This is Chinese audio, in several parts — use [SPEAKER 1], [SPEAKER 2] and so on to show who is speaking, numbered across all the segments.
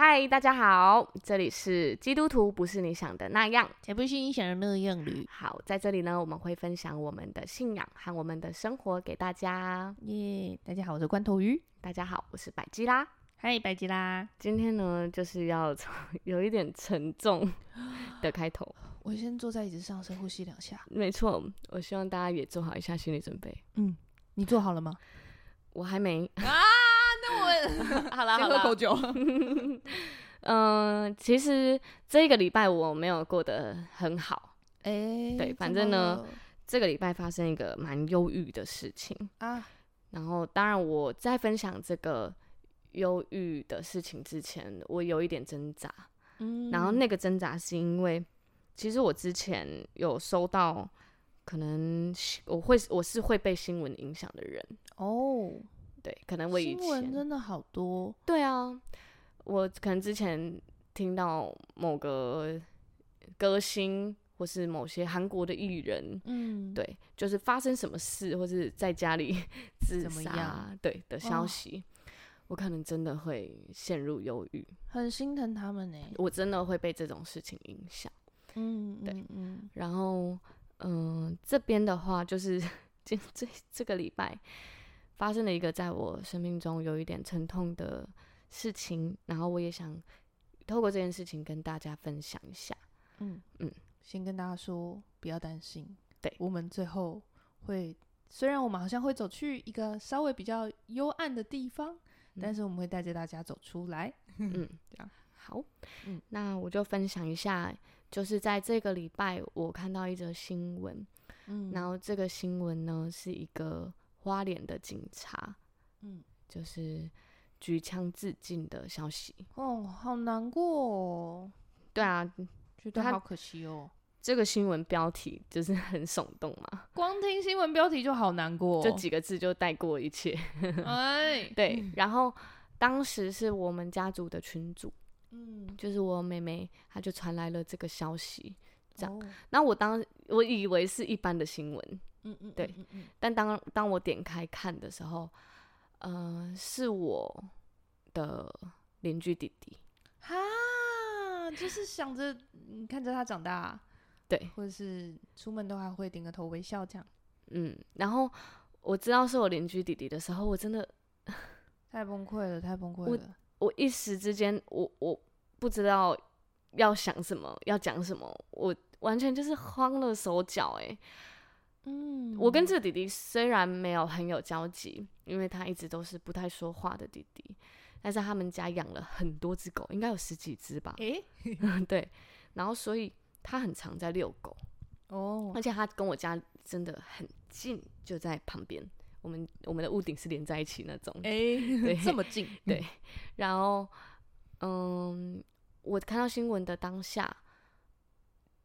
[SPEAKER 1] 嗨，大家好，这里是基督徒不是你想的那样。
[SPEAKER 2] 才不是你想的那样嘞！
[SPEAKER 1] 好，在这里呢，我们会分享我们的信仰和我们的生活给大家。
[SPEAKER 2] 耶、大家好，我是罐头鱼，
[SPEAKER 1] 大家好，我是百基啦。
[SPEAKER 2] 嗨，白吉拉。
[SPEAKER 1] 今天呢，就是要从 有一点沉 重的开头。
[SPEAKER 2] 我先坐在椅子上深呼吸两下。
[SPEAKER 1] 没错，我希望大家也做好一下心理准备。
[SPEAKER 2] 嗯，你坐好了吗？
[SPEAKER 1] 我还没，
[SPEAKER 2] 啊，那我
[SPEAKER 1] 好了
[SPEAKER 2] 先喝口酒。
[SPEAKER 1] 嗯、其实这个礼拜我没有过得很好。
[SPEAKER 2] 哎、
[SPEAKER 1] 对反正呢这个礼拜发生一个蛮忧郁的事情，
[SPEAKER 2] 怎么了，啊，
[SPEAKER 1] 然后，当然我在分享这个忧郁的事情之前，我有一点挣扎。
[SPEAKER 2] 嗯
[SPEAKER 1] 然后那个挣扎是因为，其实我之前有收到，可能新我会我是会被新闻影响的人，
[SPEAKER 2] 哦，
[SPEAKER 1] 对，可能我以
[SPEAKER 2] 新闻
[SPEAKER 1] 前
[SPEAKER 2] 真的好多，
[SPEAKER 1] 对啊，我可能之前听到某个歌星或是某些韩国的艺人。
[SPEAKER 2] 嗯，，
[SPEAKER 1] 对，就是发生什么事，或是在家里 自
[SPEAKER 2] 怎么
[SPEAKER 1] 杀
[SPEAKER 2] 样，
[SPEAKER 1] 对的消
[SPEAKER 2] 哦
[SPEAKER 1] 息，我可能真的会陷入忧郁，
[SPEAKER 2] 很心疼他们呢。
[SPEAKER 1] 我真的会被这种事情影响。
[SPEAKER 2] 嗯，
[SPEAKER 1] 对
[SPEAKER 2] 嗯嗯，
[SPEAKER 1] 然后，嗯、这边的话就是这这这个礼拜发生了一个在我生命中有一点沉痛的事情，然后我也想透过这件事情跟大家分享一下。
[SPEAKER 2] 先跟大家说，不要担心，
[SPEAKER 1] 对
[SPEAKER 2] 我们最后会，虽然我们好像会走去一个稍微比较幽暗的地方，但是我们会带着大家走出来。
[SPEAKER 1] 嗯，
[SPEAKER 2] 这样
[SPEAKER 1] 好，
[SPEAKER 2] 嗯
[SPEAKER 1] 那我就分享一下，就是在这个礼拜我看到一则新闻，
[SPEAKER 2] 嗯
[SPEAKER 1] 然后这个新闻呢是一个花脸的警察，
[SPEAKER 2] 嗯，
[SPEAKER 1] 就是举枪自尽的消息。
[SPEAKER 2] 哦，好难过、哦，
[SPEAKER 1] 对啊，
[SPEAKER 2] 觉得
[SPEAKER 1] 他
[SPEAKER 2] 好可惜哦。
[SPEAKER 1] 这个新闻标题就是 很耸动嘛，
[SPEAKER 2] 光听新闻标题就好难过、
[SPEAKER 1] 这几个字就带过一切。
[SPEAKER 2] 哎，
[SPEAKER 1] 对，然后当时是我们家族的群主，
[SPEAKER 2] 嗯，
[SPEAKER 1] 就是我妹妹，她就传来了这个消息。这样
[SPEAKER 2] 哦，
[SPEAKER 1] 那我当我以为是一般的新闻，
[SPEAKER 2] 嗯嗯，
[SPEAKER 1] 对
[SPEAKER 2] 嗯，嗯
[SPEAKER 1] 但当当我点开看的时候，呃，是我的邻居弟弟，
[SPEAKER 2] 哈，就是想着嗯看着他长大，
[SPEAKER 1] 对，
[SPEAKER 2] 或者是出门都还会顶个头微笑这样，
[SPEAKER 1] 嗯，然后我知道是我邻居弟弟的时候，我真的
[SPEAKER 2] 太崩溃了，太崩溃了。
[SPEAKER 1] 我一时之间，我我不知道要想什么，要讲什么，我完全就是慌了手脚。哎，
[SPEAKER 2] 嗯，。
[SPEAKER 1] 我跟这个弟弟虽然没有很有交集，因为他一直都是不太说话的弟弟，但是他们家养了很多只狗，应该有十几只吧
[SPEAKER 2] 诶，
[SPEAKER 1] 对，然后所以他很常在遛狗，
[SPEAKER 2] 哦，
[SPEAKER 1] 而且他跟我家真的很近，就在旁边。我们我们的屋顶是连在一起那种。
[SPEAKER 2] 诶， 这么近，
[SPEAKER 1] 对然后，嗯，我看到新闻的当下，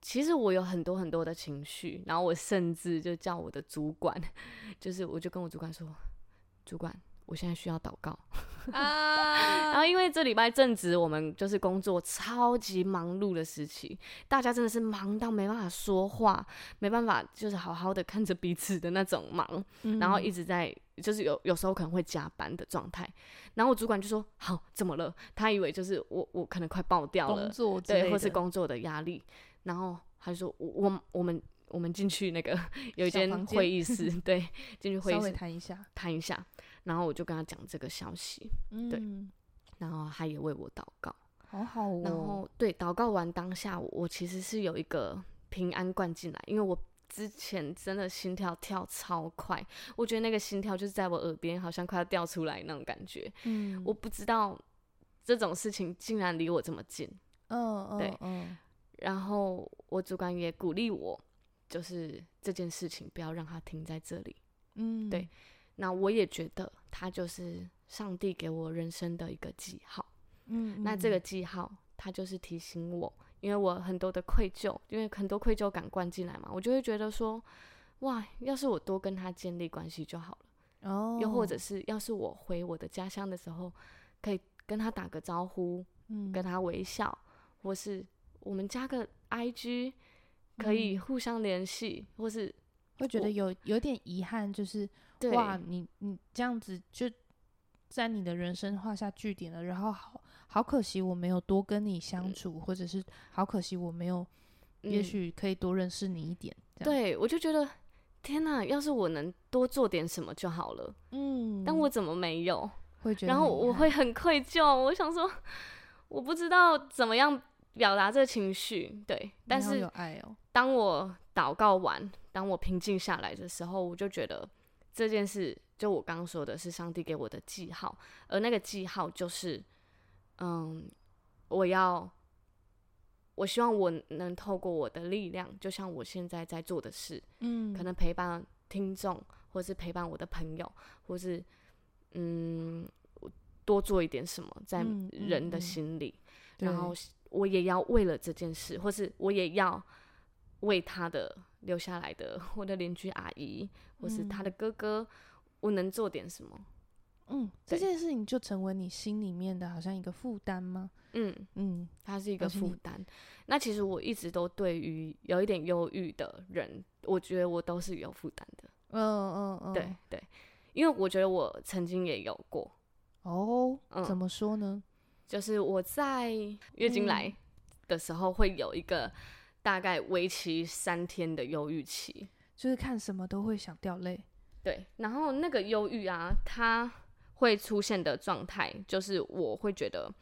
[SPEAKER 1] 其实我有很多很多的情绪，然后我甚至就叫我的主管， 就是我就跟我主管说，主管，我现在需要祷告。然
[SPEAKER 2] 啊，
[SPEAKER 1] 后因为这礼拜正值我们就是工作超级忙碌的时期，大家真的是忙到没办法说话，没办法就是好好的看着彼此的那种忙。 然
[SPEAKER 2] 嗯
[SPEAKER 1] 后一直在就是有有时候可能会加班的状态，然后我主管就说好怎么了？他以为就是我我可能快爆掉
[SPEAKER 2] 工
[SPEAKER 1] 了，
[SPEAKER 2] 作之
[SPEAKER 1] 对，
[SPEAKER 2] 类
[SPEAKER 1] 或是
[SPEAKER 2] 的
[SPEAKER 1] 工作的压力，然后他就说我我我们我们进去那个有一
[SPEAKER 2] 小
[SPEAKER 1] 间
[SPEAKER 2] 房
[SPEAKER 1] 会议室， 对，进去会
[SPEAKER 2] 稍
[SPEAKER 1] 议
[SPEAKER 2] 微
[SPEAKER 1] 室
[SPEAKER 2] 谈一下，
[SPEAKER 1] 谈一下，然后我就跟他讲这个消息，
[SPEAKER 2] 嗯，
[SPEAKER 1] 然后他也为我祷告，
[SPEAKER 2] 好好哦，
[SPEAKER 1] 然后对祷告完当下，我我其实是有一个平安灌进来，因为我之前真的心跳跳超快，我觉得那个心跳就是在我耳边，好像快要掉出来那种感觉。
[SPEAKER 2] 嗯，
[SPEAKER 1] 我不知道这种事情竟然离我这么近，
[SPEAKER 2] 嗯嗯
[SPEAKER 1] 对
[SPEAKER 2] 嗯
[SPEAKER 1] 然后我主管也鼓励我，就是这件事情不要让它停在这里。
[SPEAKER 2] 嗯，
[SPEAKER 1] 对那我也觉得它就是上帝给我人生的一个记号。
[SPEAKER 2] 嗯，嗯，
[SPEAKER 1] 那这个记号，它就是提醒我，因为我很多的愧疚，因为很多愧疚感灌进来嘛，我就会觉得说，哇，要是我多跟他建立关系就好了，
[SPEAKER 2] 哦，
[SPEAKER 1] 又或者是要是我回我的家乡的时候，可以跟他打个招呼，
[SPEAKER 2] 嗯
[SPEAKER 1] 跟他微笑，或是我们加个 IG，可
[SPEAKER 2] 嗯
[SPEAKER 1] 以互相联系，或是
[SPEAKER 2] 会觉
[SPEAKER 1] 我
[SPEAKER 2] 得有有点遗憾，就是
[SPEAKER 1] 对
[SPEAKER 2] 哇，你你这样子就在你的人生画下句点了，然后好好可惜我没有多跟你相处，或者是好可惜我没有，也
[SPEAKER 1] 嗯
[SPEAKER 2] 许可以多认识你一点。这样，
[SPEAKER 1] 对我就觉得天哪，要是我能多做点什么就好了，
[SPEAKER 2] 嗯
[SPEAKER 1] 但我怎么没有？
[SPEAKER 2] 会觉得
[SPEAKER 1] 然
[SPEAKER 2] 很遗憾，
[SPEAKER 1] 后我会很愧疚，我想说我不知道怎么样表达这个情绪，对，但
[SPEAKER 2] 你好有
[SPEAKER 1] 是
[SPEAKER 2] 爱哦，
[SPEAKER 1] 当我祷告完，当我平静下来的时候，我就觉得这件事，就我刚刚说的是上帝给我的记号，而那个记号就是，嗯，我要，我希望我能透过我的力量，就像我现在在做的事，
[SPEAKER 2] 嗯，
[SPEAKER 1] 可能陪伴听众，或是陪伴我的朋友，或是嗯，我多做一点什么在
[SPEAKER 2] 嗯嗯
[SPEAKER 1] 人的
[SPEAKER 2] 嗯
[SPEAKER 1] 心里，
[SPEAKER 2] 对
[SPEAKER 1] 然后我也要为了这件事，或是我也要为他的留下来的 我的邻居阿姨，或是他的哥哥，我能做点什么？
[SPEAKER 2] 嗯，这
[SPEAKER 1] 对
[SPEAKER 2] 件事情就成为你心里面的好像一个负担吗？
[SPEAKER 1] 嗯，
[SPEAKER 2] 嗯，
[SPEAKER 1] 它是一个
[SPEAKER 2] 而且你
[SPEAKER 1] 负担。那其实我一直都对于有一点忧郁的人，我觉得我都是有负担的。
[SPEAKER 2] 嗯嗯嗯，
[SPEAKER 1] 对，对，因为我觉得我曾经也有过，
[SPEAKER 2] 哦，
[SPEAKER 1] 嗯
[SPEAKER 2] 怎么说呢？
[SPEAKER 1] 就是我在月经来的时候会有一个大概为期三天的忧郁期。
[SPEAKER 2] 就是看什么都会想掉泪，
[SPEAKER 1] 对，然后那个忧郁啊，它会出现的状态就是我会觉得，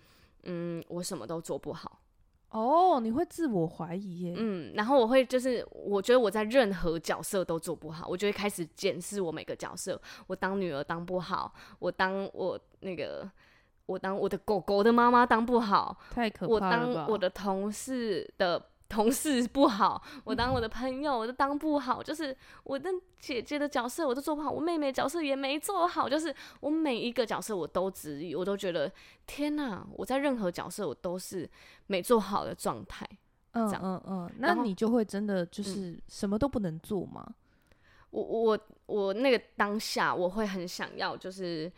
[SPEAKER 1] 嗯，我什么都做不好，
[SPEAKER 2] 哦，你会自我怀疑耶，
[SPEAKER 1] 嗯，然后我会就是我觉得我在任何角色都做不好，我就会开始检视我每个角色，我当女儿当不好，我当我那个。我当我的狗狗的妈妈当不好，
[SPEAKER 2] 太可
[SPEAKER 1] 我
[SPEAKER 2] 怕了
[SPEAKER 1] 当
[SPEAKER 2] 吧？
[SPEAKER 1] 我的同事的 同事不好，我当我的朋友我都当不好，就是我的姐姐的角色我都做不好，我妹妹角色也没做好，就是我每一个角色我都质疑，我都觉得天哪，我在任何角色我都是没做好的状态。
[SPEAKER 2] 嗯
[SPEAKER 1] 这样
[SPEAKER 2] 嗯嗯，那
[SPEAKER 1] 然后嗯
[SPEAKER 2] 你就会真的就是什么都不能做吗？
[SPEAKER 1] 我我我那个当下我会很想要，就是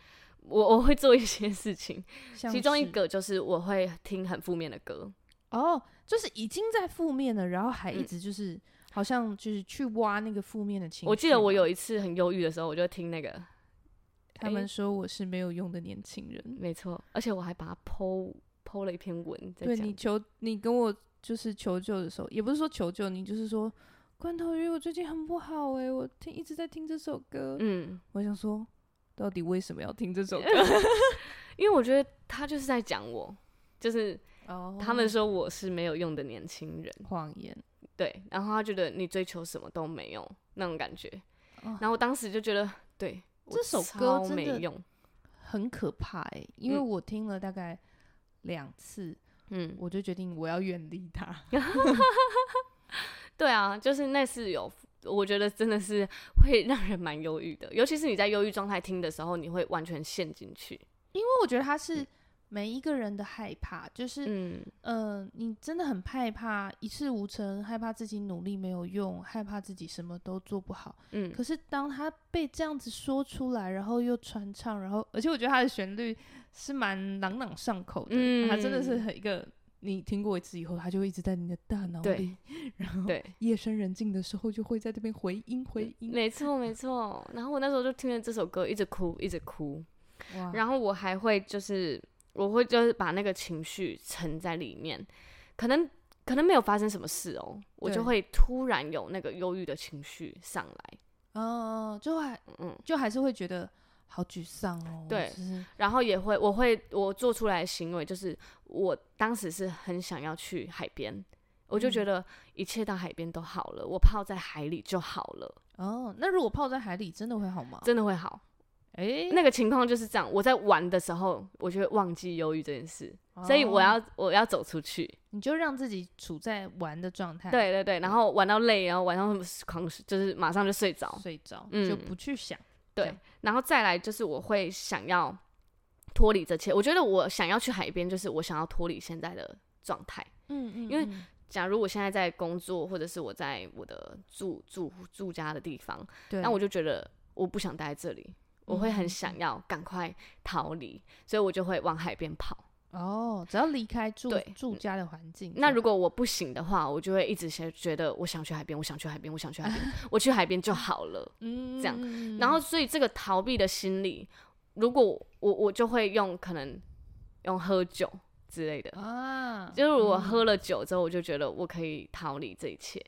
[SPEAKER 1] 我我会做一些事情，
[SPEAKER 2] 像
[SPEAKER 1] 其中一
[SPEAKER 2] 是
[SPEAKER 1] 个就是我会听很负面的歌，
[SPEAKER 2] 哦，就是已经在负面了，然后还一
[SPEAKER 1] 嗯
[SPEAKER 2] 直就是、好像就是去挖那个负面的情绪嘛。
[SPEAKER 1] 我记得我有一次很忧郁的时候，我就听那个
[SPEAKER 2] 他
[SPEAKER 1] 哎
[SPEAKER 2] 们说我是没有用的年轻人，
[SPEAKER 1] 没错，而且我还把它剖剖了一篇文在
[SPEAKER 2] 对
[SPEAKER 1] 讲
[SPEAKER 2] 你。求你跟我就是求救的时候，也不是说求救，你就是说关头鱼，我最近很不好哎、我听一直在听这首歌，
[SPEAKER 1] 嗯，
[SPEAKER 2] 我想说到底为什么要听这 首歌？
[SPEAKER 1] 因为我觉得他就是在讲我，就是
[SPEAKER 2] 哦
[SPEAKER 1] 他们说我是没有用的年轻人，
[SPEAKER 2] 谎言，
[SPEAKER 1] 对，然后他觉得你追求什么都没有那种感觉，
[SPEAKER 2] 哦
[SPEAKER 1] 然后我当时就觉得，对，我
[SPEAKER 2] 这首歌
[SPEAKER 1] 超
[SPEAKER 2] 真
[SPEAKER 1] 没
[SPEAKER 2] 的
[SPEAKER 1] 用，
[SPEAKER 2] 很可怕哎、因为
[SPEAKER 1] 嗯
[SPEAKER 2] 我听了大概两次，
[SPEAKER 1] 嗯，
[SPEAKER 2] 我就决定我要远离 它。
[SPEAKER 1] 对啊，就是那是有，我觉得真的是会让人蛮忧郁的，尤其是你在忧郁状态听的时候，你会完全陷进去，
[SPEAKER 2] 因为我觉得它是每一个人的害怕，就是
[SPEAKER 1] 嗯
[SPEAKER 2] 嗯嗯、呃你真的很害怕一事无成，害怕自己努力没有用，害怕自己什么都做不好。
[SPEAKER 1] 嗯，
[SPEAKER 2] 可是当他被这样子说出来，然后又传唱，然后而且我觉得它的旋律是蛮朗朗上口的，
[SPEAKER 1] 嗯
[SPEAKER 2] 它真的是很一个。你听过一次以后，它就会一直在你的大脑
[SPEAKER 1] 对
[SPEAKER 2] 里，然后
[SPEAKER 1] 对。
[SPEAKER 2] 夜深人静的时候就会在这边回音回音。
[SPEAKER 1] 没错，没错。然后我那时候就听了这首歌，一直哭，一直哭。
[SPEAKER 2] 哇
[SPEAKER 1] 然后我还会就是，我会就是把那个情绪沉在里面，可能可能没有发生什么事哦，我
[SPEAKER 2] 对
[SPEAKER 1] 就会突然有那个忧郁的情绪上来。
[SPEAKER 2] 哦，就还
[SPEAKER 1] 嗯，
[SPEAKER 2] 就还是会觉得好沮丧哦。
[SPEAKER 1] 对
[SPEAKER 2] 就是
[SPEAKER 1] 然后也会，我会我做出来的行为就是，我当时是很想要去海边，我就觉
[SPEAKER 2] 嗯
[SPEAKER 1] 得一切到海边都好了，我泡在海里就好了，
[SPEAKER 2] 哦，那如果泡在海里，真的会好吗？
[SPEAKER 1] 真的会好。
[SPEAKER 2] 哎、
[SPEAKER 1] 那个情况就是这样，我在玩的时候，我就会忘记忧郁这件事。所以我
[SPEAKER 2] 哦
[SPEAKER 1] 要我要走出去，
[SPEAKER 2] 你就让自己处在玩的状态，，
[SPEAKER 1] 对对对，然后玩到累，然后晚上狂就是马上就睡着，
[SPEAKER 2] 睡着、
[SPEAKER 1] 嗯
[SPEAKER 2] 就不去想，这
[SPEAKER 1] 对
[SPEAKER 2] 样，
[SPEAKER 1] 然后再来就是我会想要脱离这切，我觉得我想要去海边，就是我想要脱离现在的状态。
[SPEAKER 2] 嗯嗯
[SPEAKER 1] 因为
[SPEAKER 2] 嗯
[SPEAKER 1] 假如我现在在工作，或者是我在我的住住住家的地方，
[SPEAKER 2] 对，
[SPEAKER 1] 那我就觉得我不想待在这里，我会
[SPEAKER 2] 嗯
[SPEAKER 1] 很想要赶快逃离，所以我就会往海边跑。
[SPEAKER 2] 哦，只要离开住
[SPEAKER 1] 对
[SPEAKER 2] 住家的环境，
[SPEAKER 1] 那如果我不行的话，我就会一直先觉得我想去海边，我想去海边，我想去海边，我去海边就好了。
[SPEAKER 2] 嗯
[SPEAKER 1] 这样 然后，所以这个逃避的心理，如果我我就会用可能用喝酒之类的。
[SPEAKER 2] 啊，
[SPEAKER 1] 就是我
[SPEAKER 2] 嗯
[SPEAKER 1] 喝了酒之后，我就觉得我可以逃离这一切。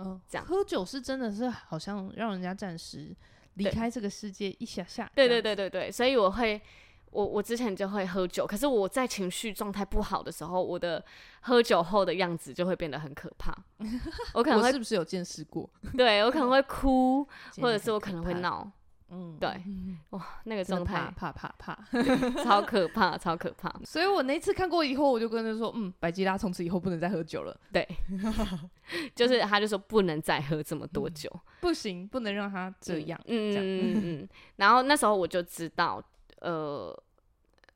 [SPEAKER 2] 嗯，
[SPEAKER 1] 这样
[SPEAKER 2] 喝酒是真的是好像让人家暂时离
[SPEAKER 1] 对
[SPEAKER 2] 开这个世界一下下。
[SPEAKER 1] 对
[SPEAKER 2] 这
[SPEAKER 1] 对
[SPEAKER 2] 样
[SPEAKER 1] 对对对，所以我会，我我之前就会喝酒，可是我在情绪状态不好的时候，我的喝酒后的样子就会变得很可 怕。我可能
[SPEAKER 2] 我
[SPEAKER 1] 会
[SPEAKER 2] 是不是有见识过？
[SPEAKER 1] 对我可 能会哭，
[SPEAKER 2] 真
[SPEAKER 1] 或
[SPEAKER 2] 的
[SPEAKER 1] 者是
[SPEAKER 2] 很
[SPEAKER 1] 我
[SPEAKER 2] 可
[SPEAKER 1] 可能会
[SPEAKER 2] 怕，
[SPEAKER 1] 闹，
[SPEAKER 2] 嗯，
[SPEAKER 1] 对
[SPEAKER 2] 嗯，
[SPEAKER 1] 哇，那个
[SPEAKER 2] 真
[SPEAKER 1] 状
[SPEAKER 2] 的
[SPEAKER 1] 态
[SPEAKER 2] 怕怕怕怕。
[SPEAKER 1] 超可怕，超可怕。
[SPEAKER 2] 所以我那次看过以后，我就跟他说，嗯，百吉拉从此以后不能再喝酒了，
[SPEAKER 1] 对，就是他就说不能再喝这么多酒，
[SPEAKER 2] 不行，不能让他嗯这样。
[SPEAKER 1] 嗯
[SPEAKER 2] 这样
[SPEAKER 1] 嗯嗯嗯。然后那时候我就知道，呃，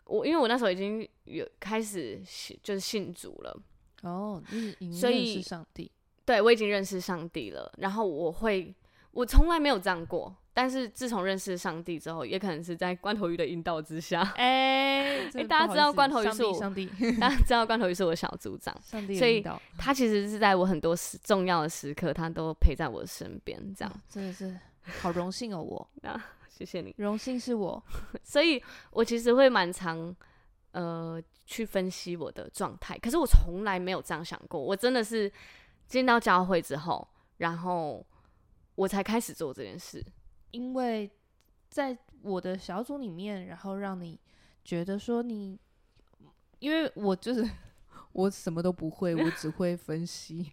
[SPEAKER 1] 我因为我那时候已经有开始信就是信主了。
[SPEAKER 2] 哦，你已经
[SPEAKER 1] 所
[SPEAKER 2] 认
[SPEAKER 1] 以
[SPEAKER 2] 识上帝，
[SPEAKER 1] 对我已经认识上帝了，然后我会，我从来没有这样过。但是自从认识上帝之后，也可能是在关头鱼的引导之 下，
[SPEAKER 2] 哎、真的
[SPEAKER 1] 大家
[SPEAKER 2] 不好
[SPEAKER 1] 知道
[SPEAKER 2] 意思
[SPEAKER 1] 罐头鱼
[SPEAKER 2] 上
[SPEAKER 1] 是我
[SPEAKER 2] 帝，上帝，
[SPEAKER 1] 大家知道关头鱼是我小组长，
[SPEAKER 2] 上帝
[SPEAKER 1] 所
[SPEAKER 2] 的
[SPEAKER 1] 以
[SPEAKER 2] 引导，
[SPEAKER 1] 他其实是在我很多时重要的时刻，他都陪在我身边。这样，
[SPEAKER 2] 真的是好荣幸 哦，我
[SPEAKER 1] 谢谢你。
[SPEAKER 2] 荣幸是我，
[SPEAKER 1] 所以我其实会蛮常呃去分析我的状态，可是我从来没有这样想过。我真的是进到教会之后，然后我才开始做这件事。
[SPEAKER 2] 因为在我的小组里面，然后让你觉得说你，因为我就是 我什么都不会，我只会分析，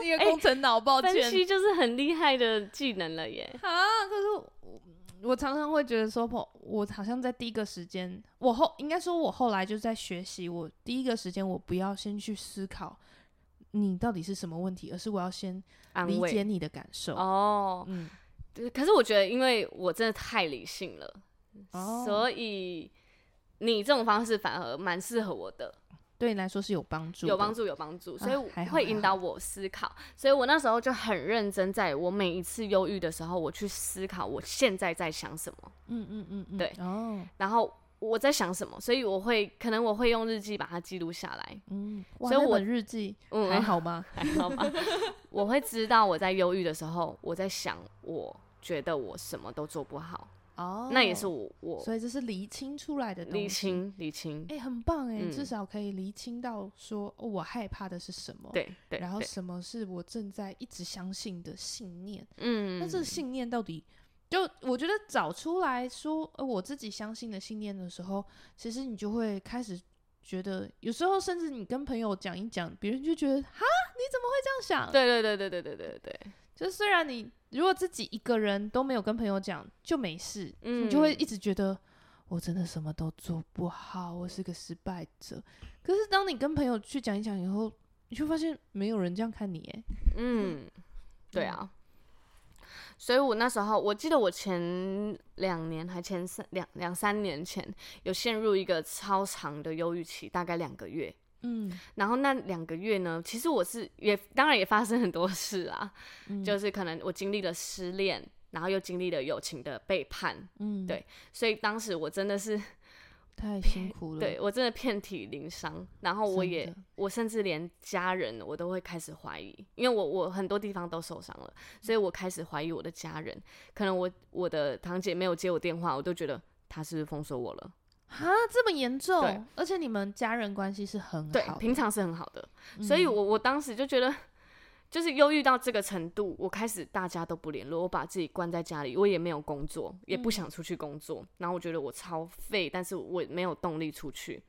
[SPEAKER 2] 你的
[SPEAKER 1] 哎
[SPEAKER 2] 工程脑，抱歉。
[SPEAKER 1] 分析就是很厉害的技能了耶。
[SPEAKER 2] 啊，可是我我常常会觉得说，我我好像在第一个时间，我后应该说，我后来就在学习，我第一个时间我不要先去思考你到底是什么问题，而是我要先
[SPEAKER 1] 安
[SPEAKER 2] 理
[SPEAKER 1] 慰
[SPEAKER 2] 解你的感受。
[SPEAKER 1] 哦。
[SPEAKER 2] 嗯，
[SPEAKER 1] 对可是我觉得，因为我真的太理性了，
[SPEAKER 2] 哦
[SPEAKER 1] 所以你这种方式反而蛮适合我的，
[SPEAKER 2] 对你来说是有帮助，啊
[SPEAKER 1] 有帮。助，有帮助，所以我
[SPEAKER 2] 还好
[SPEAKER 1] 会
[SPEAKER 2] 还
[SPEAKER 1] 引
[SPEAKER 2] 好
[SPEAKER 1] 导我思考。所以我那时候就很认真，在我每一次忧郁的时候，我去思考我现在在想什么，
[SPEAKER 2] 嗯嗯嗯嗯，
[SPEAKER 1] 对
[SPEAKER 2] 哦，
[SPEAKER 1] 然后我在想什么，所以我会可能我会用日记把它记录下来。
[SPEAKER 2] 嗯，哇，
[SPEAKER 1] 所以
[SPEAKER 2] 那
[SPEAKER 1] 我
[SPEAKER 2] 本日记
[SPEAKER 1] 嗯，
[SPEAKER 2] 还好吗？
[SPEAKER 1] 还好吧。 我会知道我在忧郁的时候，我在想，我觉得我什么都做不好，
[SPEAKER 2] 哦，
[SPEAKER 1] 那也是，我我
[SPEAKER 2] 所以这是厘清出来的东西
[SPEAKER 1] 理。清理清，
[SPEAKER 2] 哎、很棒哎、
[SPEAKER 1] 嗯
[SPEAKER 2] 至少可以厘清到说、哦、我害怕的是什么，
[SPEAKER 1] 对对，
[SPEAKER 2] 然后
[SPEAKER 1] 对
[SPEAKER 2] 什么是我正在一直相信的信念？
[SPEAKER 1] 嗯，
[SPEAKER 2] 那这个信念到底？就我觉得找出来说，呃，我自己相信的信念的时候，其实你就会开始觉得，有时候甚至你跟朋友讲一讲，别人就觉得哈，你怎么会这样想？，
[SPEAKER 1] 对对对对对对对对对，
[SPEAKER 2] 就是虽然你如果自己一个人都没有跟朋友讲，就没事，
[SPEAKER 1] 嗯
[SPEAKER 2] 你就会一直觉得我真的什么都做不好，我是个失败者。可是当你跟朋友去讲一讲以后，你就发现没有人这样看你，哎，
[SPEAKER 1] 嗯，对啊。所以我那时候，我记得我前两年还前三两两三年前，有陷入一个超长的忧郁期，大概两个月。
[SPEAKER 2] 嗯，
[SPEAKER 1] 然后那两个月呢，其实我是也当然也发生很多事啊，
[SPEAKER 2] 嗯
[SPEAKER 1] 就是可能我经历了失恋，然后又经历了友情的背叛，
[SPEAKER 2] 嗯，
[SPEAKER 1] 对所以当时我真的是
[SPEAKER 2] 太辛苦了。
[SPEAKER 1] 对我真的遍体鳞伤，然后我
[SPEAKER 2] 真
[SPEAKER 1] 也
[SPEAKER 2] 的
[SPEAKER 1] 我甚至连家人我都会开始怀疑，因为我我很多地方都受伤了，所以我开始怀疑我的家人，可能我我的堂姐没有接我电话，我都觉得她是不是封锁我了，
[SPEAKER 2] 啊，这么严
[SPEAKER 1] 对
[SPEAKER 2] 重，而且你们家人关系是很好
[SPEAKER 1] 对
[SPEAKER 2] 的，，嗯
[SPEAKER 1] 平常是很好的，所以我我当时就觉得。就是忧郁到这个程度，我开始大家都不联络，我把自己关在家里，我也没有工作，也
[SPEAKER 2] 嗯
[SPEAKER 1] 不想出去工作。然后我觉得我超废，但是我没有动力出去。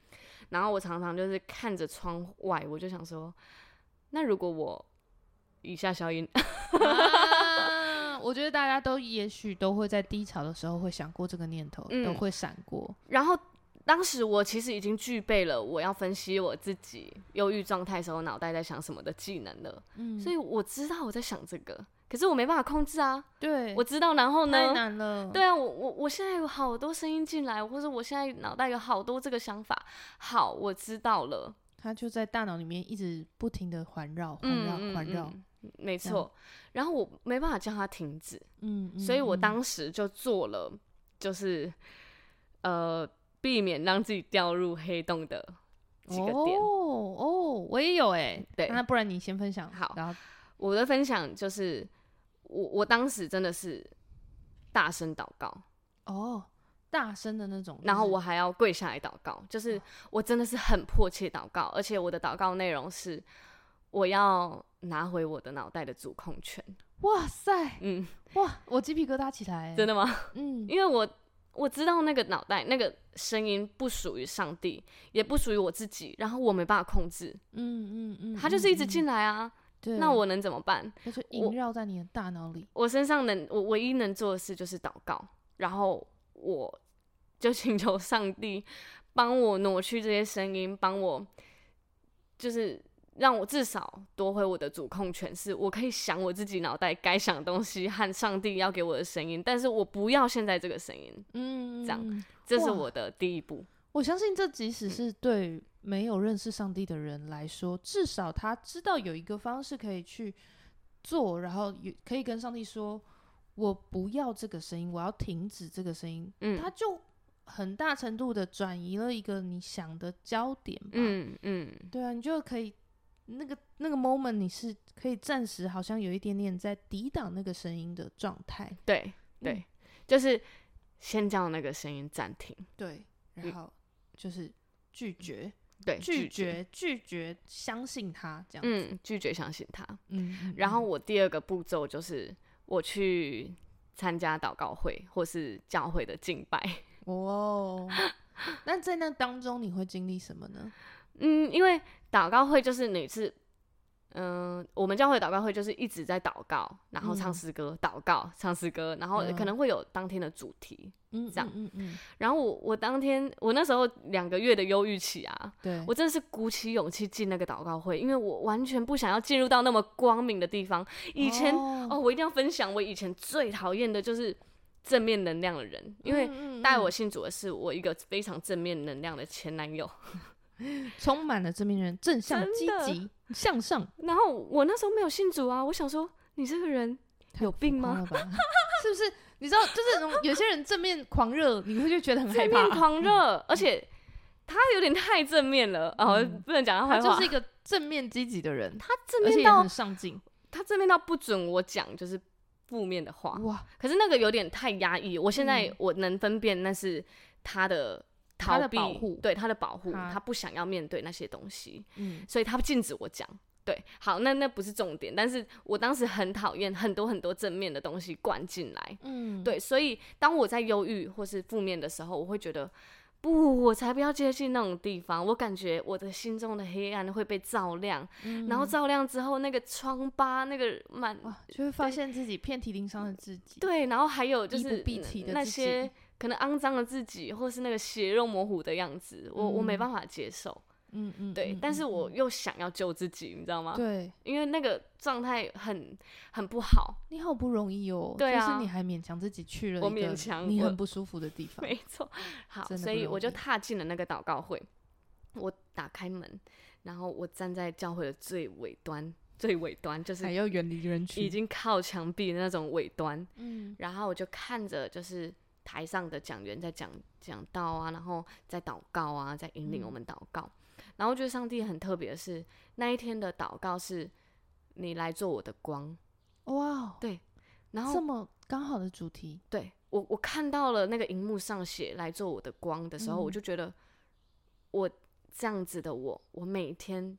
[SPEAKER 1] 然后我常常就是看着窗外，我就想说，那如果我以下消音，
[SPEAKER 2] 啊我觉得大家都也许都会在低潮的时候会想过这个念头，
[SPEAKER 1] 嗯
[SPEAKER 2] 都会闪过。
[SPEAKER 1] 然后当时我其实已经具备了我要分析我自己忧郁状态时候脑袋在想什么的技能了，
[SPEAKER 2] 嗯，
[SPEAKER 1] 所以我知道我在想这个，可是我没办法控制啊，
[SPEAKER 2] 对，
[SPEAKER 1] 我知道，然后呢？
[SPEAKER 2] 太难了。
[SPEAKER 1] 对啊，我我我现在有好多声音进来，或者我现在脑袋有好多这个想法。好，我知道了，
[SPEAKER 2] 他就在大脑里面一直不停的环绕、环绕、
[SPEAKER 1] 嗯，
[SPEAKER 2] 环绕。
[SPEAKER 1] 嗯，嗯没
[SPEAKER 2] 这样
[SPEAKER 1] 错。然后我没办法叫它停止，
[SPEAKER 2] 嗯，嗯
[SPEAKER 1] 所以我
[SPEAKER 2] 嗯
[SPEAKER 1] 当时就做了，就是呃，避免让自己掉入黑洞的几个点。嗯
[SPEAKER 2] 哦哦，我也有哎，
[SPEAKER 1] 对
[SPEAKER 2] 那不然你先分享
[SPEAKER 1] 好
[SPEAKER 2] 然后
[SPEAKER 1] 我的分享就是，我我当时真的是大声祷告，
[SPEAKER 2] 哦，大声的那种，
[SPEAKER 1] 然后我还要跪下来祷告，就是
[SPEAKER 2] 哦
[SPEAKER 1] 我真的是很迫切祷告，而且我的祷告内容是我要拿回我的脑袋的主控权。
[SPEAKER 2] 哇塞
[SPEAKER 1] 嗯，
[SPEAKER 2] 哇，我鸡皮疙瘩起来，
[SPEAKER 1] 真
[SPEAKER 2] 的，
[SPEAKER 1] 的吗？
[SPEAKER 2] 嗯，
[SPEAKER 1] 因为我我知道那个脑袋那个声音不属于上帝，也不属于我自己，然后我没办法控制，
[SPEAKER 2] 嗯嗯嗯，
[SPEAKER 1] 他就是一直
[SPEAKER 2] 嗯，
[SPEAKER 1] 进来啊，
[SPEAKER 2] 对，
[SPEAKER 1] 那我能怎么办？
[SPEAKER 2] 它就
[SPEAKER 1] 我
[SPEAKER 2] 萦绕在你的大脑里，
[SPEAKER 1] 我身上能我唯一能做的事就是祷告，然后我就请求上帝帮我挪去这些声音，帮我就是让我至少夺回我的主控权，是我可以想我自己脑袋该想的东西和上帝要给我的声音，但是我不要现在这个声音，
[SPEAKER 2] 嗯，
[SPEAKER 1] 这样
[SPEAKER 2] 嗯。嗯
[SPEAKER 1] 这是
[SPEAKER 2] 哇
[SPEAKER 1] 我的第一步。
[SPEAKER 2] 我相信这即
[SPEAKER 1] 嗯
[SPEAKER 2] 使是对没有认识上帝的人来说，至少他知道有一个方式可以去做，然后也可以跟上帝说：“我不要这个声音，我要停止这个声音。
[SPEAKER 1] 嗯
[SPEAKER 2] 他就很大程度的转移了一个你想的焦点吧。
[SPEAKER 1] 嗯嗯，
[SPEAKER 2] 对啊，你就可以那个那个 moment，你是可以暂时好像有一点点在抵挡那个声音的状态。
[SPEAKER 1] 对对，
[SPEAKER 2] 嗯
[SPEAKER 1] 就是先叫那个声音暂停，
[SPEAKER 2] 对，
[SPEAKER 1] 嗯
[SPEAKER 2] 然后就是拒绝。
[SPEAKER 1] 对，
[SPEAKER 2] 拒
[SPEAKER 1] 绝，
[SPEAKER 2] 绝拒绝相信他这样子。
[SPEAKER 1] 嗯，拒绝相信他。
[SPEAKER 2] 嗯，嗯
[SPEAKER 1] 然后我第二个步骤就是我去参加祷告会或是教会的敬拜。 嗯
[SPEAKER 2] 哦，那在那当中你会经历什么呢？
[SPEAKER 1] 嗯，因为祷告会就是你是，嗯、我们教会祷告会就是一直在祷告，然后唱
[SPEAKER 2] 嗯
[SPEAKER 1] 诗歌，祷告唱诗歌，然后可
[SPEAKER 2] 嗯
[SPEAKER 1] 能会有当天的主题。
[SPEAKER 2] 嗯，
[SPEAKER 1] 这样
[SPEAKER 2] 嗯嗯嗯，
[SPEAKER 1] 然后我我当天我那时候两个月的忧郁期啊，
[SPEAKER 2] 对，
[SPEAKER 1] 我真的是鼓起勇气进那个祷告会，因为我完全不想要进入到那么光明的地方。以前哦
[SPEAKER 2] 哦，
[SPEAKER 1] 我一定要分享我以前最讨厌的就是正面能量的人，因为
[SPEAKER 2] 为
[SPEAKER 1] 带我信主的是我一个非常正面能量的前男友。
[SPEAKER 2] 充满了正面人，正向、积
[SPEAKER 1] 真的
[SPEAKER 2] 极、向上，
[SPEAKER 1] 然后我那时候没有信主啊，我想说你这个人
[SPEAKER 2] 太
[SPEAKER 1] 有病
[SPEAKER 2] 疯
[SPEAKER 1] 吗？
[SPEAKER 2] 了吧？ 是不是？你知道，就是那种有些人正面狂热，你会就觉得很害
[SPEAKER 1] 正面
[SPEAKER 2] 怕。嗯
[SPEAKER 1] 狂热，而且他有点太正面了哦，
[SPEAKER 2] 嗯
[SPEAKER 1] 不能讲他
[SPEAKER 2] 他
[SPEAKER 1] 坏
[SPEAKER 2] 就
[SPEAKER 1] 话
[SPEAKER 2] 是一。个正面积极的人，
[SPEAKER 1] 他正
[SPEAKER 2] 而
[SPEAKER 1] 面
[SPEAKER 2] 且也
[SPEAKER 1] 到
[SPEAKER 2] 很上进。
[SPEAKER 1] 他正面到不准我讲就是负面的话，
[SPEAKER 2] 哇，
[SPEAKER 1] 可是那个有点太压抑，我现在
[SPEAKER 2] 哦嗯
[SPEAKER 1] 我能分辨那是他的逃
[SPEAKER 2] 他
[SPEAKER 1] 避，
[SPEAKER 2] 的保护
[SPEAKER 1] 对他的保护，
[SPEAKER 2] 他
[SPEAKER 1] 他不想要面对那些东西，
[SPEAKER 2] 嗯，
[SPEAKER 1] 所以他禁止我讲。对，好，那那不是重点，但是我当时很讨厌很多很多正面的东西灌进来，
[SPEAKER 2] 嗯，
[SPEAKER 1] 对，所以当我在忧郁或是负面的时候，我会觉得。不，我才不要接近那种地方。我感觉我的心中的黑暗会被照亮，
[SPEAKER 2] 嗯，
[SPEAKER 1] 然后照亮之后，那个疮疤，那个满
[SPEAKER 2] 哇，就会发现自己遍体鳞伤的自己。
[SPEAKER 1] 对，然后还有就
[SPEAKER 2] 衣不
[SPEAKER 1] 是
[SPEAKER 2] 蔽
[SPEAKER 1] 那
[SPEAKER 2] 体的
[SPEAKER 1] 那
[SPEAKER 2] 自己
[SPEAKER 1] 些可能肮脏的自己，或是那个血肉模糊的样子，我、我没
[SPEAKER 2] 嗯
[SPEAKER 1] 办法接受。
[SPEAKER 2] 嗯，嗯嗯，
[SPEAKER 1] 对，但是
[SPEAKER 2] 嗯
[SPEAKER 1] 我又想要救自己，你知道吗？
[SPEAKER 2] 对
[SPEAKER 1] 因为那个状态很很不好，
[SPEAKER 2] 你好不容易哦，
[SPEAKER 1] 对
[SPEAKER 2] 就
[SPEAKER 1] 啊
[SPEAKER 2] 是你还勉强自己去了一
[SPEAKER 1] 我
[SPEAKER 2] 个
[SPEAKER 1] 勉强
[SPEAKER 2] 你
[SPEAKER 1] 我
[SPEAKER 2] 很不舒服的地方，
[SPEAKER 1] 没错。好，
[SPEAKER 2] 真的
[SPEAKER 1] 所
[SPEAKER 2] 不
[SPEAKER 1] 以
[SPEAKER 2] 容
[SPEAKER 1] 我就
[SPEAKER 2] 易
[SPEAKER 1] 踏进了那个祷告会，我打开门，然后我站在教会的最尾端，最尾端就
[SPEAKER 2] 还
[SPEAKER 1] 是
[SPEAKER 2] 要远离人群，
[SPEAKER 1] 已经靠墙壁的那种尾端，
[SPEAKER 2] 嗯
[SPEAKER 1] 然后我就看着就是台上的讲员在讲讲道啊，然后在祷告啊，在引领我
[SPEAKER 2] 嗯
[SPEAKER 1] 们祷告。然后我觉得上帝很特别的是，那一天的祷告是你来做我的光，
[SPEAKER 2] 哇，哦
[SPEAKER 1] 然
[SPEAKER 2] 这
[SPEAKER 1] 后
[SPEAKER 2] 么刚好的主题，
[SPEAKER 1] 对我我看到了那个荧幕上写来做我的光的时候，我
[SPEAKER 2] 嗯
[SPEAKER 1] 就觉得我这样子的我，我每天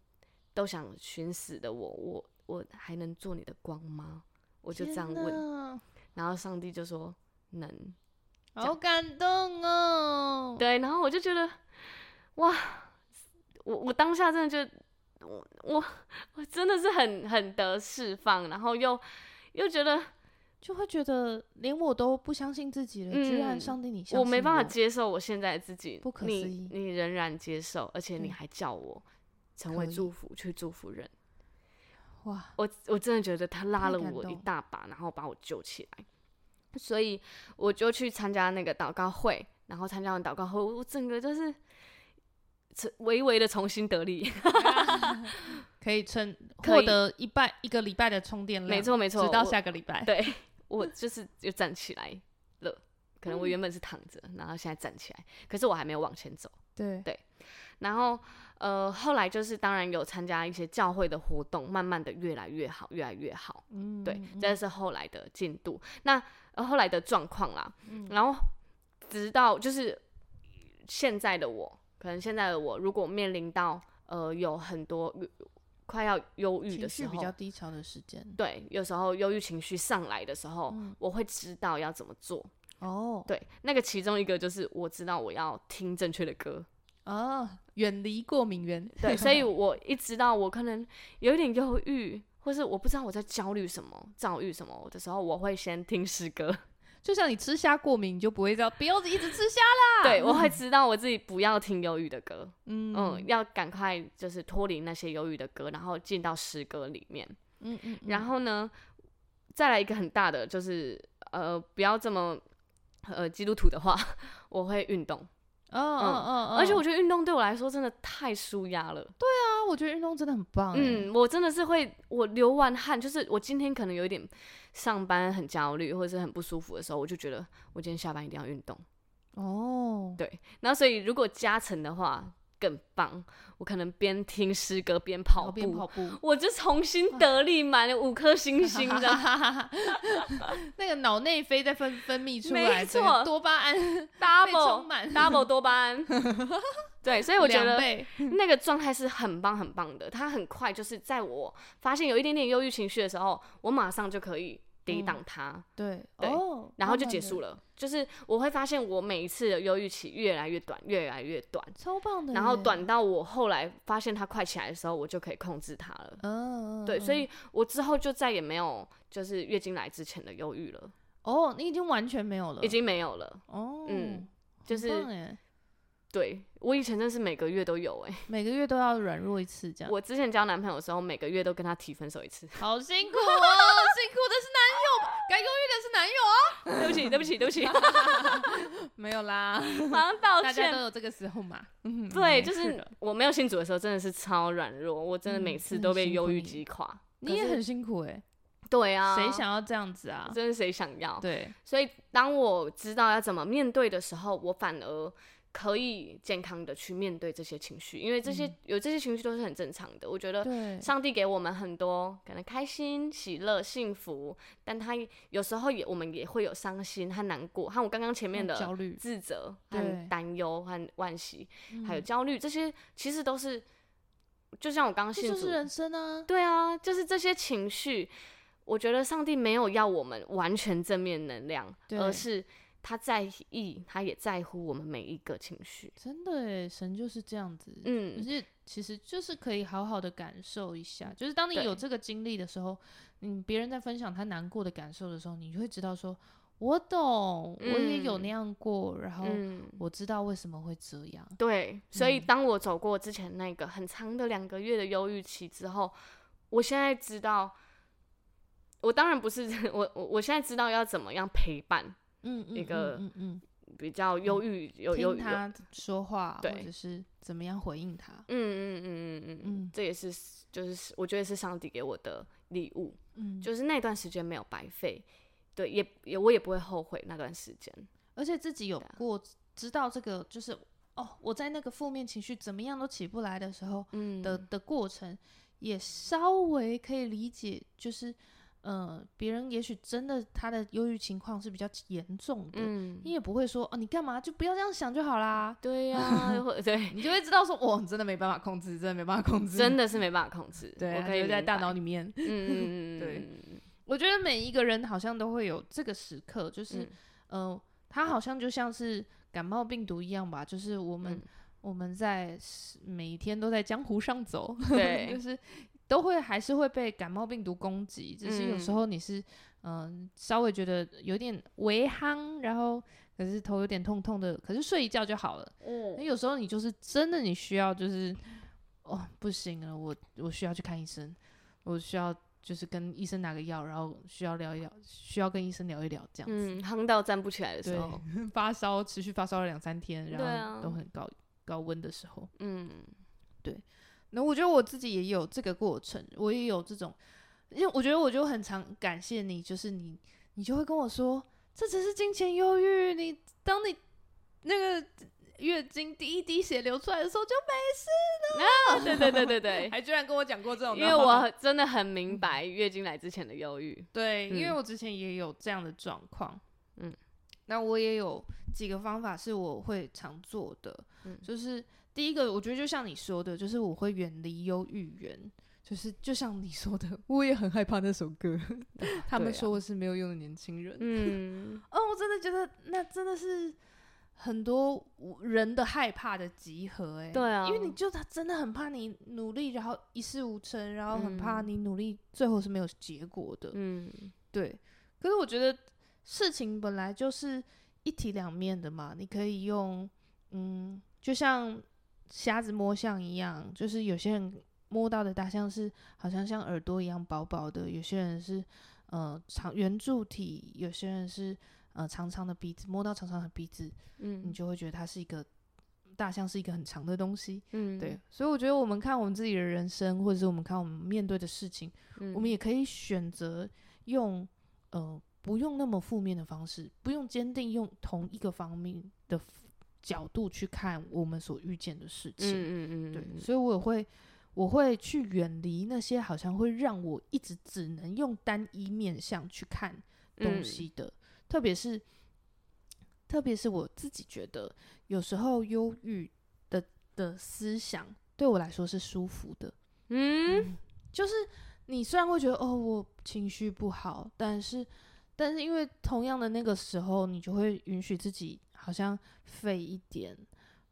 [SPEAKER 1] 都想寻死的我，我我还能做你的光吗？我
[SPEAKER 2] 我
[SPEAKER 1] 就这样问，
[SPEAKER 2] 问，
[SPEAKER 1] 然后上帝就说能。
[SPEAKER 2] 好感动哦，
[SPEAKER 1] 对，然后我就觉得，哇，我我当下真的就，我我我真的是很很得释放，然后又又觉得
[SPEAKER 2] 就会觉得连我都不相信自己了，居然
[SPEAKER 1] 嗯
[SPEAKER 2] 上帝你相信
[SPEAKER 1] 我没办法接受我现在的自己，
[SPEAKER 2] 不可思
[SPEAKER 1] 你
[SPEAKER 2] 议
[SPEAKER 1] 你仍然接受，而且
[SPEAKER 2] 对
[SPEAKER 1] 你还叫我成为
[SPEAKER 2] 可以
[SPEAKER 1] 祝福，去祝福人，
[SPEAKER 2] 哇，
[SPEAKER 1] 我我真的觉得他拉
[SPEAKER 2] 太
[SPEAKER 1] 了
[SPEAKER 2] 感
[SPEAKER 1] 我一
[SPEAKER 2] 动了
[SPEAKER 1] 大把，然后把我救起来，所以我就去参加那个祷告会，然后参加完祷告会，我整个就是。微微的重新得力，
[SPEAKER 2] 可以趁
[SPEAKER 1] 可
[SPEAKER 2] 获
[SPEAKER 1] 以
[SPEAKER 2] 得一拜一个礼拜的充电量，
[SPEAKER 1] 没，错没错，
[SPEAKER 2] 直到
[SPEAKER 1] 我
[SPEAKER 2] 下个礼拜，
[SPEAKER 1] 对我就是又站起来了，可
[SPEAKER 2] 嗯
[SPEAKER 1] 能我原本是躺着，然后现在站起来，可是我还没有往前走。
[SPEAKER 2] 对
[SPEAKER 1] 然后呃，后来就是当然有参加一些教会的活动，慢慢的越来越好，越来越好。
[SPEAKER 2] 嗯嗯
[SPEAKER 1] 对，这是后来的进度。那、呃、后来的状况啦，然后直到就是现在的我，可能现在的我，如果面临到呃有很多快要忧郁
[SPEAKER 2] 情
[SPEAKER 1] 的时
[SPEAKER 2] 绪
[SPEAKER 1] 候，
[SPEAKER 2] 比较低潮的时间
[SPEAKER 1] 对，有时候忧郁情绪上来的时候，
[SPEAKER 2] 嗯
[SPEAKER 1] 我会知道要怎么做。
[SPEAKER 2] 哦
[SPEAKER 1] 对，那个其中一个就是我知道我要听正确的歌，
[SPEAKER 2] 哦，远离过敏源，
[SPEAKER 1] 对，所以我一知道我可能有一点忧郁，或是我不知道我在焦虑什么、躁郁什么的时候，我会先听诗歌，
[SPEAKER 2] 就像你吃虾过敏，你就不会知道不要一直吃虾啦。
[SPEAKER 1] 对我会知道我自己不要听忧郁的歌，
[SPEAKER 2] 嗯
[SPEAKER 1] 嗯，要赶快就是脱离那些忧郁的歌，然后进到诗歌里面。
[SPEAKER 2] 嗯嗯，
[SPEAKER 1] 然后呢，再来一个很大的就是呃，不要这么呃基督徒的话， 我会运动，
[SPEAKER 2] 嗯嗯嗯，
[SPEAKER 1] 而且我觉得运动对我来说真的太舒压了。
[SPEAKER 2] 啊，我觉得运动真的很棒。嗯，
[SPEAKER 1] 嗯，我真的是会，我流完汗，就是我今天可能有一点上班很焦虑或者是很不舒服的时候，我就觉得我今天下班一定要运动。
[SPEAKER 2] 哦，
[SPEAKER 1] 对，然后所以如果加成的话更棒，我可能边听诗歌边跑
[SPEAKER 2] 然后
[SPEAKER 1] 步，
[SPEAKER 2] 边跑 嗯步，
[SPEAKER 1] 我就重新得力满了五颗星星的。
[SPEAKER 2] 那个脑内啡在分分泌出
[SPEAKER 1] 没
[SPEAKER 2] 来，这个
[SPEAKER 1] 错
[SPEAKER 2] 多巴胺被充
[SPEAKER 1] double
[SPEAKER 2] 满，
[SPEAKER 1] double 多巴胺。 对，所以我觉
[SPEAKER 2] 两
[SPEAKER 1] 得
[SPEAKER 2] 倍
[SPEAKER 1] 那个状态是很棒很棒的。它很快就是在我发现有一点点忧郁情绪的时候，我马上就可以抵
[SPEAKER 2] 嗯
[SPEAKER 1] 挡它，
[SPEAKER 2] 对
[SPEAKER 1] 对
[SPEAKER 2] 哦，
[SPEAKER 1] 然后就结
[SPEAKER 2] 了。
[SPEAKER 1] 束了。就是我会发现我每一次的忧郁期越来越短，越来越短，
[SPEAKER 2] 超棒的耶。
[SPEAKER 1] 然后短到我后来发现它快起来的时候，我就可以控制它了。
[SPEAKER 2] 嗯，嗯，
[SPEAKER 1] 对，所
[SPEAKER 2] 嗯
[SPEAKER 1] 以我之后就再也没有就是月经来之前的忧郁了，
[SPEAKER 2] 哦，你已经完全没有了，
[SPEAKER 1] 已经没有了。
[SPEAKER 2] 哦，
[SPEAKER 1] 嗯
[SPEAKER 2] 嗯，
[SPEAKER 1] 就是
[SPEAKER 2] 哎，
[SPEAKER 1] 对我以前真是每个月都有哎、
[SPEAKER 2] 每个月都要软弱一次，这样
[SPEAKER 1] 我之前交男朋友的时候，每个月都跟他提分手一 次。
[SPEAKER 2] 好辛苦哦，辛苦的是男友，该忧郁的是男友啊，
[SPEAKER 1] 对不起，对不起，对不 起，
[SPEAKER 2] 没有啦，
[SPEAKER 1] 马上道
[SPEAKER 2] 大家都
[SPEAKER 1] 歉。
[SPEAKER 2] 有这个时候嘛，嗯
[SPEAKER 1] 对，
[SPEAKER 2] 没
[SPEAKER 1] 就
[SPEAKER 2] 事
[SPEAKER 1] 是
[SPEAKER 2] 的
[SPEAKER 1] 我没有信主的时候，真的是超软弱，我真的
[SPEAKER 2] 嗯
[SPEAKER 1] 每次
[SPEAKER 2] 真的
[SPEAKER 1] 都被
[SPEAKER 2] 辛
[SPEAKER 1] 忧
[SPEAKER 2] 苦
[SPEAKER 1] 郁
[SPEAKER 2] 你
[SPEAKER 1] 击垮。
[SPEAKER 2] 你也
[SPEAKER 1] 可是
[SPEAKER 2] 很辛苦哎，
[SPEAKER 1] 对啊，
[SPEAKER 2] 谁？想要这样子啊？
[SPEAKER 1] 真的谁想要？
[SPEAKER 2] 对，
[SPEAKER 1] 所以当我知道要怎么面对的时候，我反而可以健康的去面对这些情绪，因为这些、有这些情绪都是很正常的。我觉得
[SPEAKER 2] 嗯对，
[SPEAKER 1] 上帝给我们很多可能开心、喜乐、幸福，但他也有时候也我们也会有伤心和难过，和我刚刚前面
[SPEAKER 2] 嗯焦
[SPEAKER 1] 的
[SPEAKER 2] 虑，
[SPEAKER 1] 自责和
[SPEAKER 2] 对
[SPEAKER 1] 担忧和惋惜，还有
[SPEAKER 2] 嗯
[SPEAKER 1] 焦虑，这些其实都是，就像我刚刚
[SPEAKER 2] 这
[SPEAKER 1] 信
[SPEAKER 2] 就
[SPEAKER 1] 主
[SPEAKER 2] 是，人生啊，
[SPEAKER 1] 对啊，就是这些情绪，我觉得上帝没有要我们完全正面能量，
[SPEAKER 2] 对
[SPEAKER 1] 而是他在意，他也在乎我们每一个情绪。
[SPEAKER 2] 真的哎，神就是这样子，可
[SPEAKER 1] 嗯，
[SPEAKER 2] 是其实就是可以好好的感受一下，就是当你
[SPEAKER 1] 对
[SPEAKER 2] 有这个经历的时候，嗯，别人在分享他难过的感受的时候，你就会知道说，我懂，我也有
[SPEAKER 1] 嗯
[SPEAKER 2] 那样过，然后
[SPEAKER 1] 嗯。
[SPEAKER 2] 我知道为什么会这样。
[SPEAKER 1] 对，所以
[SPEAKER 2] 嗯
[SPEAKER 1] 当我走过之前那个很长的两个月的忧郁期之后，我现在知道，我当然不是 我我我现在知道要怎么样陪伴
[SPEAKER 2] 嗯嗯
[SPEAKER 1] 一个
[SPEAKER 2] 嗯嗯
[SPEAKER 1] 比较忧郁有
[SPEAKER 2] 嗯，
[SPEAKER 1] 忧
[SPEAKER 2] 听
[SPEAKER 1] 郁，有
[SPEAKER 2] 他说话，或
[SPEAKER 1] 对
[SPEAKER 2] 者是怎么样回应他
[SPEAKER 1] 嗯。嗯嗯嗯嗯
[SPEAKER 2] 嗯，
[SPEAKER 1] 这也是就是我觉得是上帝给我的礼物，
[SPEAKER 2] 嗯，
[SPEAKER 1] 就是那段时间没有白费，对，也也我也不会后悔那段时间，
[SPEAKER 2] 而且自己有
[SPEAKER 1] 对啊
[SPEAKER 2] 过知道这个，就是哦，我在那个负面情绪怎么样都起不来的时候，
[SPEAKER 1] 嗯
[SPEAKER 2] 的的过程，也稍微可以理解，就是，呃，别人也许真的他的忧郁情况是比较严重的，
[SPEAKER 1] 嗯
[SPEAKER 2] 你，也不会说哦，你干嘛就不要这样想就好啦，
[SPEAKER 1] 对呀、或对，
[SPEAKER 2] 你就会知道说，我真的没办法控制，真的没办法控制，
[SPEAKER 1] 真的是没办法控制，
[SPEAKER 2] 对，
[SPEAKER 1] 我
[SPEAKER 2] 它
[SPEAKER 1] 可以
[SPEAKER 2] 就在
[SPEAKER 1] 明
[SPEAKER 2] 大
[SPEAKER 1] 白
[SPEAKER 2] 脑，里面。
[SPEAKER 1] 嗯嗯嗯，嗯
[SPEAKER 2] 对
[SPEAKER 1] 嗯
[SPEAKER 2] 我觉得每一个人好像都会有这个时刻，就是
[SPEAKER 1] 嗯，
[SPEAKER 2] 嗯、呃，他好像就像是感冒病毒一样吧，就是我们、
[SPEAKER 1] 嗯
[SPEAKER 2] 我们在每天都在江湖上走，
[SPEAKER 1] 对
[SPEAKER 2] 就是都会还是会被感冒病毒攻击，只是有时
[SPEAKER 1] 嗯
[SPEAKER 2] 候你是嗯、呃稍微觉得有点微夯，然后可是头有点痛痛的，可是睡一觉就好了。
[SPEAKER 1] 嗯
[SPEAKER 2] 那有时候你就是真的你需要就是哦不行了，我我需要去看医生，我需要就是跟医生拿个药，然后需要聊一聊，需要跟医生聊一聊这样子。
[SPEAKER 1] 嗯，夯到站不起来的时
[SPEAKER 2] 对
[SPEAKER 1] 候，，
[SPEAKER 2] 发烧持续发烧了两三天，
[SPEAKER 1] 嗯对
[SPEAKER 2] 然
[SPEAKER 1] 啊
[SPEAKER 2] 后都很高、高温的时候。
[SPEAKER 1] 嗯
[SPEAKER 2] 那我觉得我自己也有这个过程，我也有这种，因为我觉得我就很常感谢你，就是你，你就会跟我说，这只是金钱忧郁，你当你那个月经第一滴血流出来的时候就
[SPEAKER 1] 啊，对对对对
[SPEAKER 2] 没，
[SPEAKER 1] 对，
[SPEAKER 2] 还居然跟我讲过这种
[SPEAKER 1] 因为我真的很明白月经来之前的忧郁，
[SPEAKER 2] 对，因为
[SPEAKER 1] 嗯
[SPEAKER 2] 我之前也有这样的状况，
[SPEAKER 1] 嗯
[SPEAKER 2] 嗯，那我也有几个方法是我会常做的，
[SPEAKER 1] 嗯
[SPEAKER 2] 就是第一个，我觉得就像你说的，就是我会远离忧郁源，就是就像你说的，我也很害怕那首歌， 他们
[SPEAKER 1] 对啊
[SPEAKER 2] 说我是没有用的年轻人。
[SPEAKER 1] 嗯，
[SPEAKER 2] 哦，我真的觉得那真的是很多人的害怕的集合、哎，
[SPEAKER 1] 对啊
[SPEAKER 2] 因为你就他真的很怕你努力，然后一事无成，然后很怕
[SPEAKER 1] 嗯
[SPEAKER 2] 你努力最后是没有结果的，
[SPEAKER 1] 嗯，
[SPEAKER 2] 对。可是我觉得事情本来就是一体两面的嘛，你可以用，嗯，就像瞎子摸象一样，就是有些人摸到的大象是好像像耳朵一样薄薄的，有些人是呃长圆柱体，有些人是呃长长的鼻子，摸到长长的鼻子，
[SPEAKER 1] 嗯，
[SPEAKER 2] 你就会觉得它是一个大象是一个很长的东西。
[SPEAKER 1] 嗯，
[SPEAKER 2] 对，所以我觉得我们看我们自己的人生，或者是我们看我们面对的事情，
[SPEAKER 1] 嗯，
[SPEAKER 2] 我们也可以选择用呃不用那么负面的方式，不用坚定用同一个方面的 f- 角度去看我们所遇见的事
[SPEAKER 1] 嗯
[SPEAKER 2] 情。
[SPEAKER 1] 嗯嗯，
[SPEAKER 2] 对，
[SPEAKER 1] 嗯
[SPEAKER 2] 所以我也会我会去远离那些好像会让我一直只能用单一面向去看
[SPEAKER 1] 嗯
[SPEAKER 2] 东，西的，特别是特别是我自己觉得，有时候忧郁的的思想对我来说是舒服的，
[SPEAKER 1] 嗯
[SPEAKER 2] 就是你虽然会觉得哦我情绪不好，但是但是因为同样的那个时候，你就会允许自己好像废一点。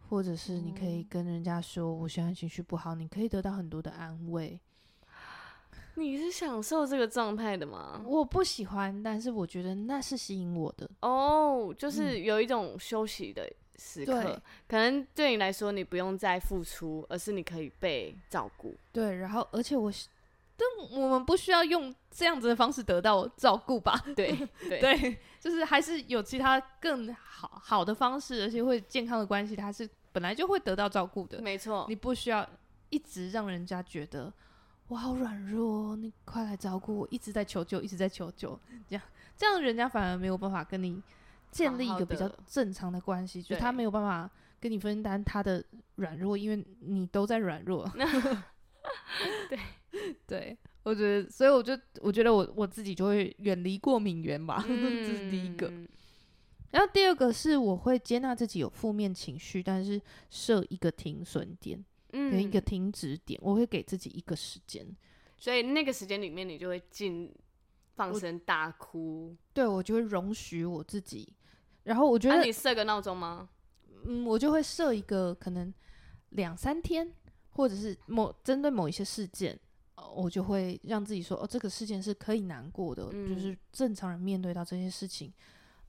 [SPEAKER 2] 或者是你可以
[SPEAKER 1] 哦
[SPEAKER 2] 跟人家说，我现在情绪不好，你可以得到很多的安慰。
[SPEAKER 1] 嗯，你是享受这个状态的吗？
[SPEAKER 2] 我不喜欢，但是我觉得那是吸引我的。
[SPEAKER 1] 哦，就是有一种休息的时刻，
[SPEAKER 2] 嗯对
[SPEAKER 1] 可能对你来说，你不用再付出，而是你可以被照顾。
[SPEAKER 2] 对，然后而且我是，但我们不需要用这样子的方式得到照顾吧？
[SPEAKER 1] 对对，
[SPEAKER 2] 对，就是还是有其他更好好的方式，而且会健康的关系，它是本来就会得到照顾的。
[SPEAKER 1] 没错
[SPEAKER 2] 你， 不需要一直让人家觉得我好软弱哦，你快来照顾我，一直在求救，一直在求救，这样这样人家反而没有办法跟你建立一
[SPEAKER 1] 好
[SPEAKER 2] 个
[SPEAKER 1] 好
[SPEAKER 2] 比较
[SPEAKER 1] 地
[SPEAKER 2] 正常的关系，就
[SPEAKER 1] 对
[SPEAKER 2] 他没有办法跟你分担他的软弱，因为你都在软弱。 对对，我觉得，所以我就我觉得我我自己就会远离过敏源吧， 这是第一个。
[SPEAKER 1] 嗯
[SPEAKER 2] 然后第二个是我会接纳自己有负面情绪，但是设一个停损点。有
[SPEAKER 1] 嗯
[SPEAKER 2] 一个停止点，我会给自己一个时间，
[SPEAKER 1] 所以那个时间里面，你就会进放声大哭。
[SPEAKER 2] 对我就会容许我自己，然后我觉
[SPEAKER 1] 那、
[SPEAKER 2] 得，
[SPEAKER 1] 啊你设个闹钟吗？
[SPEAKER 2] 嗯，我就会设一个可能两三天，或者是某针对某一些事件。呃我就会让自己说，哦，这个事件是可以难过的，就是
[SPEAKER 1] 嗯
[SPEAKER 2] 正常人面对到这些事情，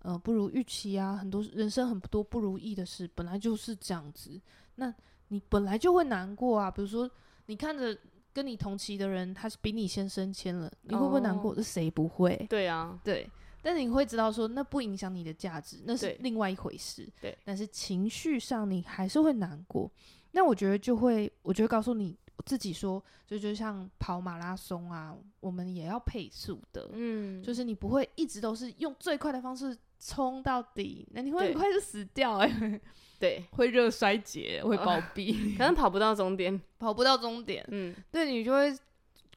[SPEAKER 2] 呃，不如预期啊，很多人生很多不如意的事，本来就是这样子。那你本来就会难过啊，比如说你看着跟你同期的人，他是比你先升迁了，你会不会难过？
[SPEAKER 1] 哦
[SPEAKER 2] 这谁不会？
[SPEAKER 1] 对啊，
[SPEAKER 2] 对，但你会知道说那不影响你的价值，那是
[SPEAKER 1] 对
[SPEAKER 2] 另外一回事。
[SPEAKER 1] 对
[SPEAKER 2] 但是情绪上你还是会难过。那我觉得就会，我就会告诉你自己说，就就像跑马拉松啊，我们也要配速的，
[SPEAKER 1] 嗯，
[SPEAKER 2] 就是是你不会一直都是用最快的方式冲到底，那你会
[SPEAKER 1] 对
[SPEAKER 2] 很快就死掉、欸，
[SPEAKER 1] 对，
[SPEAKER 2] 会热衰竭，会暴毙，
[SPEAKER 1] 可能跑不到终点。
[SPEAKER 2] 跑不到终点。
[SPEAKER 1] 嗯
[SPEAKER 2] 对你就会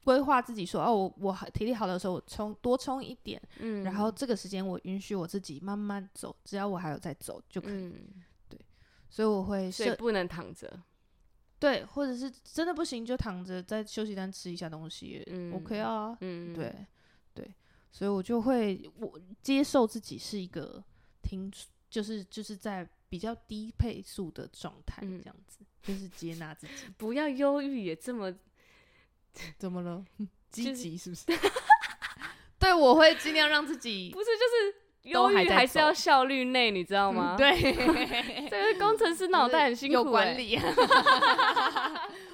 [SPEAKER 2] 规划自己说，哦，我我体力好的时候，我冲多冲一点。
[SPEAKER 1] 嗯，
[SPEAKER 2] 然后这个时间我允许我自己慢慢走，只要我还有在走就可以。
[SPEAKER 1] 嗯，
[SPEAKER 2] 所以我会
[SPEAKER 1] 所以
[SPEAKER 2] 设
[SPEAKER 1] 不能躺着。
[SPEAKER 2] 对，或者是真的不行就躺着在休息站吃一下东西、
[SPEAKER 1] 嗯
[SPEAKER 2] o k 啊，
[SPEAKER 1] 嗯，
[SPEAKER 2] 对对，所以我就会我接受自己是一个停，就是就是在比较低配速的状态
[SPEAKER 1] 嗯
[SPEAKER 2] 这样子，就是接纳自己。
[SPEAKER 1] 不要忧郁也这么
[SPEAKER 2] 怎么了？ 积
[SPEAKER 1] 就是
[SPEAKER 2] 极 是不是？对，我会尽量让自己
[SPEAKER 1] 不是就是
[SPEAKER 2] 都
[SPEAKER 1] 忧
[SPEAKER 2] 还
[SPEAKER 1] 郁
[SPEAKER 2] 在
[SPEAKER 1] 还是
[SPEAKER 2] 走
[SPEAKER 1] 要效率内，你知道吗？
[SPEAKER 2] 嗯，对。
[SPEAKER 1] 这个工程师脑袋很辛苦、欸，
[SPEAKER 2] 有管理，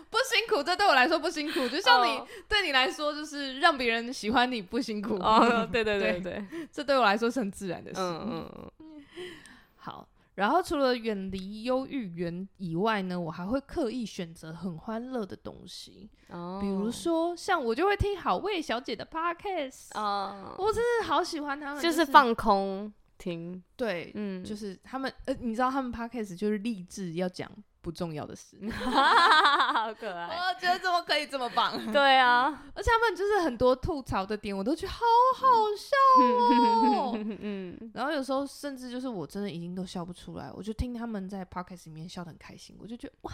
[SPEAKER 2] 不辛苦，这对我来说不辛苦，就像你、
[SPEAKER 1] 哦
[SPEAKER 2] 对你来说，就是让别人喜欢你不辛苦，
[SPEAKER 1] 哦，对对对对，
[SPEAKER 2] 这对我来说是很自然的
[SPEAKER 1] 嗯
[SPEAKER 2] 事。
[SPEAKER 1] 嗯嗯
[SPEAKER 2] 好，然后除了远离忧郁源以外呢，我还会刻意选择很欢乐的东西，
[SPEAKER 1] 嗯，哦
[SPEAKER 2] 比如说像我就会听好味小姐的 podcast，、
[SPEAKER 1] 哦，
[SPEAKER 2] 我真的好喜欢他们，
[SPEAKER 1] 就是是放空听，
[SPEAKER 2] 对，
[SPEAKER 1] 嗯，
[SPEAKER 2] 就是
[SPEAKER 1] 嗯
[SPEAKER 2] 是他们呃，你知道他们 podcast 就是立志要讲不重要的事，
[SPEAKER 1] 好可爱。
[SPEAKER 2] 我觉得怎么可以这么棒？
[SPEAKER 1] 哦对啊，
[SPEAKER 2] 而且他们就是很多吐槽的点，我都觉得好好 笑哦。
[SPEAKER 1] 嗯，
[SPEAKER 2] 然后有时候甚至就是我真的已经都笑不出来，我就听他们在 podcast 里面笑得很开心，我就觉得哇，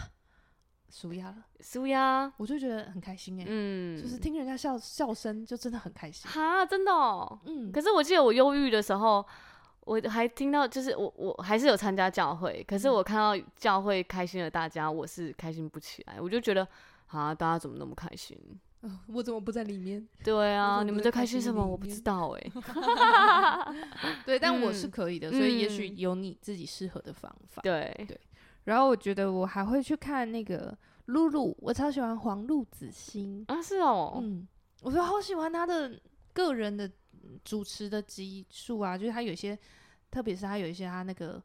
[SPEAKER 2] 舒压了，
[SPEAKER 1] 苏呀，
[SPEAKER 2] 我就觉得很开心哎、
[SPEAKER 1] 嗯，
[SPEAKER 2] 就是听人家笑笑声就真的很开心。
[SPEAKER 1] 哈，真的哦。
[SPEAKER 2] 嗯，
[SPEAKER 1] 可是我记得我忧郁的时候，我还听到，就是我我还是有参加教会，可
[SPEAKER 2] 嗯
[SPEAKER 1] 是我看到教会开心的大家，我是开心不起来，我就觉得啊，大家怎么那么开心？
[SPEAKER 2] 呃我怎么不在里面？
[SPEAKER 1] 对
[SPEAKER 2] 我
[SPEAKER 1] 啊，
[SPEAKER 2] 怎么
[SPEAKER 1] 你们在
[SPEAKER 2] 在开
[SPEAKER 1] 开心
[SPEAKER 2] 心
[SPEAKER 1] 什
[SPEAKER 2] 里
[SPEAKER 1] 么？我不
[SPEAKER 2] 面
[SPEAKER 1] 知道欸哎、
[SPEAKER 2] 对，但我是
[SPEAKER 1] 嗯
[SPEAKER 2] 可以的，所以也许
[SPEAKER 1] 嗯
[SPEAKER 2] 有你自己适合的方法。
[SPEAKER 1] 对，
[SPEAKER 2] 然后我觉得我还会去看那个露露，我超喜欢黄露子欣，
[SPEAKER 1] 啊是哦，
[SPEAKER 2] 嗯，我就好喜欢她的个人的嗯主持的集数啊，就是她有一些，特别是她有一些她那个，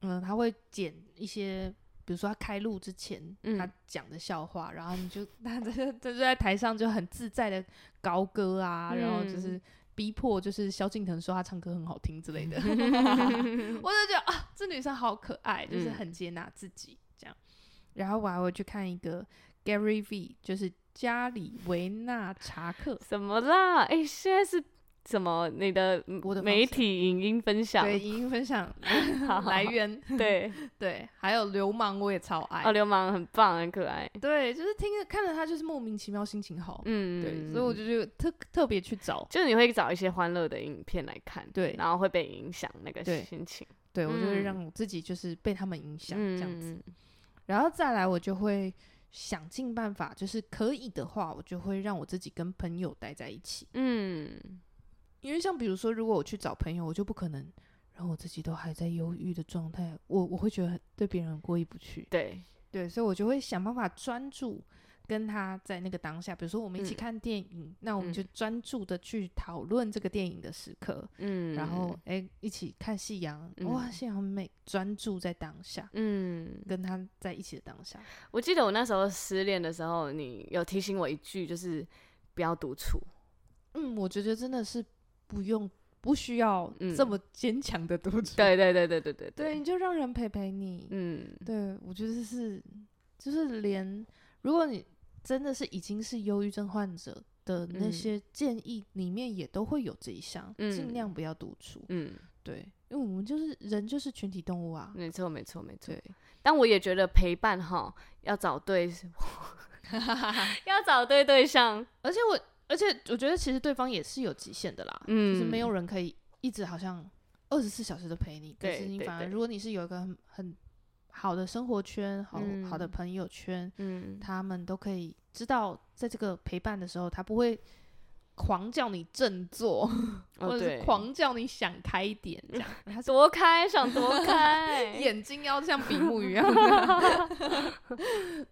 [SPEAKER 2] 嗯，她会剪一些。比如说她开录之前，
[SPEAKER 1] 嗯
[SPEAKER 2] 她讲的笑话，然后你就她在她就在台上就很自在的高歌啊，然后就
[SPEAKER 1] 嗯
[SPEAKER 2] 是逼迫就是萧敬腾说她唱歌很好听之 类的，我就觉得啊，这女生好可爱，就是
[SPEAKER 1] 嗯
[SPEAKER 2] 很接纳自己这样。然后我还会去看一个 Gary V，就是加里维纳查克，
[SPEAKER 1] 怎么啦？哎、现在是什么？你的嗯
[SPEAKER 2] 我的方
[SPEAKER 1] 媒
[SPEAKER 2] 式
[SPEAKER 1] 体影音分享
[SPEAKER 2] 对，影音分享 嗯
[SPEAKER 1] 好
[SPEAKER 2] 来源，
[SPEAKER 1] 对
[SPEAKER 2] 对，还有流氓我也超爱，
[SPEAKER 1] 哦，流氓很棒，很可爱。
[SPEAKER 2] 对，就是听着看着他就是莫名其妙心情好，
[SPEAKER 1] 嗯，
[SPEAKER 2] 对，所以我就就特特别去找，
[SPEAKER 1] 就是你会找一些欢乐的影片来看，
[SPEAKER 2] 对
[SPEAKER 1] 然后会被影响那个
[SPEAKER 2] 对
[SPEAKER 1] 心情，
[SPEAKER 2] 对我就会
[SPEAKER 1] 嗯
[SPEAKER 2] 让我自己就是被他们影响这样子，
[SPEAKER 1] 嗯，
[SPEAKER 2] 然后再来我就会。想尽办法，就是可以的话，我就会让我自己跟朋友待在一起。
[SPEAKER 1] 嗯，
[SPEAKER 2] 因为像比如说，如果我去找朋友，我就不可能让我自己都还在忧郁的状态，我我会觉得很对别人很过意不去。
[SPEAKER 1] 对，
[SPEAKER 2] 对，所以我就会想办法专注跟他在那个当下。比如说我们一起
[SPEAKER 1] 嗯
[SPEAKER 2] 看电影，那我们
[SPEAKER 1] 嗯
[SPEAKER 2] 就专注的去讨论这个电影的时刻，
[SPEAKER 1] 嗯，
[SPEAKER 2] 然后哎一起看夕阳，哇，
[SPEAKER 1] 嗯
[SPEAKER 2] 夕阳很美，专注在当下，
[SPEAKER 1] 嗯，
[SPEAKER 2] 跟他在一起的当下。
[SPEAKER 1] 我记得我那时候失恋的时候，你有提醒我一句，就是不要独处，
[SPEAKER 2] 嗯，我觉得真的是不用不需要这
[SPEAKER 1] 嗯
[SPEAKER 2] 么坚强的独处。
[SPEAKER 1] 对对对对对对
[SPEAKER 2] 对，，你就让人陪陪你。
[SPEAKER 1] 嗯，
[SPEAKER 2] 对，我觉得是，就是连如果你真的是已经是忧郁症患者的那
[SPEAKER 1] 嗯
[SPEAKER 2] 些建议里面，也都会有这一项，尽
[SPEAKER 1] 嗯
[SPEAKER 2] 量不要独处。
[SPEAKER 1] 嗯，
[SPEAKER 2] 对，因为我们就是人，就是群体动物啊。
[SPEAKER 1] 没错没错没错
[SPEAKER 2] 对。
[SPEAKER 1] 但我也觉得陪伴哈，要找对， 要找对对象，
[SPEAKER 2] 而且我，而且我觉得其实对方也是有极限的啦，就是没
[SPEAKER 1] 嗯
[SPEAKER 2] 有人可以一直好像二十四小时都陪你。可是
[SPEAKER 1] 对
[SPEAKER 2] 你
[SPEAKER 1] 对
[SPEAKER 2] 反而，
[SPEAKER 1] 对
[SPEAKER 2] 如果你是有一个很很好的生活圈，好好的
[SPEAKER 1] 嗯
[SPEAKER 2] 朋友圈，
[SPEAKER 1] 嗯，
[SPEAKER 2] 他们都可以知道，在这个陪伴的时候，他不会狂叫你振 作，
[SPEAKER 1] 哦
[SPEAKER 2] 或者
[SPEAKER 1] 对
[SPEAKER 2] 是，狂叫你想开 一点，这样他是
[SPEAKER 1] 躲开想躲 开，
[SPEAKER 2] 眼睛要像比目鱼 一样。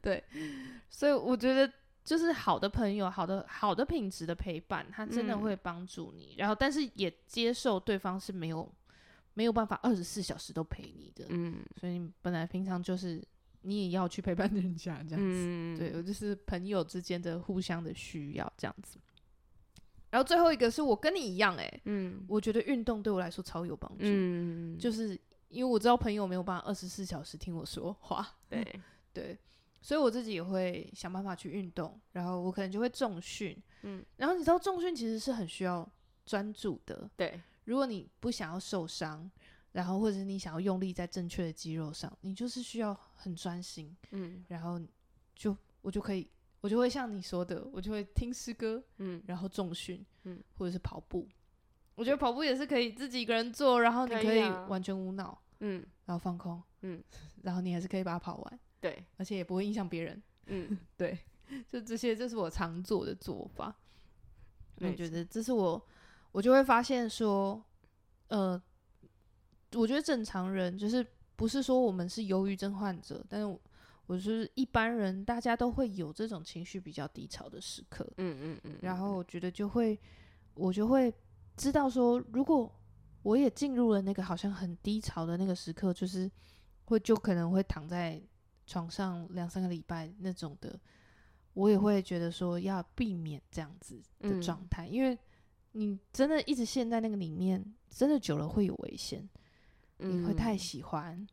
[SPEAKER 2] 对，所以我觉得就是好的朋友，好的好的品质的陪伴，他真的
[SPEAKER 1] 嗯
[SPEAKER 2] 会帮助你。然后，但是也接受对方是没有没有办法二十四小时都陪你的，
[SPEAKER 1] 嗯
[SPEAKER 2] 所以你本来平常就是你也要去陪伴人家这样子。
[SPEAKER 1] 嗯，
[SPEAKER 2] 对我就是朋友之间的互相的需要这样子。然后最后一个是我跟你一样、欸，
[SPEAKER 1] 嗯
[SPEAKER 2] 我觉得运动对我来说超有帮助，
[SPEAKER 1] 嗯，
[SPEAKER 2] 就是因为我知道朋友没有办法二十四小时听我说话，
[SPEAKER 1] 对，
[SPEAKER 2] 对，所以我自己也会想办法去运动，然后我可能就会重训，嗯
[SPEAKER 1] 嗯，
[SPEAKER 2] 然后你知道重训其实是很需要专注的，
[SPEAKER 1] 对，
[SPEAKER 2] 如果你不想要受伤，然后或者是你想要用力在正确的肌肉上，你就是需要很专心，
[SPEAKER 1] 嗯
[SPEAKER 2] 然后就我就可以，我就会像你说的，我就会听诗歌，
[SPEAKER 1] 嗯，
[SPEAKER 2] 然后重训，
[SPEAKER 1] 嗯，
[SPEAKER 2] 或者是跑步。我觉得跑步也是可以自己一个人做，然后你
[SPEAKER 1] 可
[SPEAKER 2] 可
[SPEAKER 1] 以
[SPEAKER 2] 以
[SPEAKER 1] 啊
[SPEAKER 2] 完全无脑，
[SPEAKER 1] 嗯
[SPEAKER 2] 然后放空，
[SPEAKER 1] 嗯，
[SPEAKER 2] 然后你还是可以把它跑完，
[SPEAKER 1] 对，
[SPEAKER 2] 而且也不会影响别人。
[SPEAKER 1] 嗯，
[SPEAKER 2] 对，就这些，这是我常做的做法。我
[SPEAKER 1] 没
[SPEAKER 2] 觉
[SPEAKER 1] 错
[SPEAKER 2] 得这是我，我就会发现说，呃，我觉得正常人就是不是说我们是忧郁症患者，但是我我是一般人，大家都会有这种情绪比较低潮的时刻。
[SPEAKER 1] 嗯嗯嗯，
[SPEAKER 2] 然后我觉得就会，我就会知道说，如果我也进入了那个好像很低潮的那个时刻，就是会就可能会躺在床上两三个礼拜那种的，我也会觉得说要避免这样子的
[SPEAKER 1] 嗯
[SPEAKER 2] 状态，因为你真的一直陷在那个里面，真的久了会有危险，你会太
[SPEAKER 1] 嗯
[SPEAKER 2] 喜欢。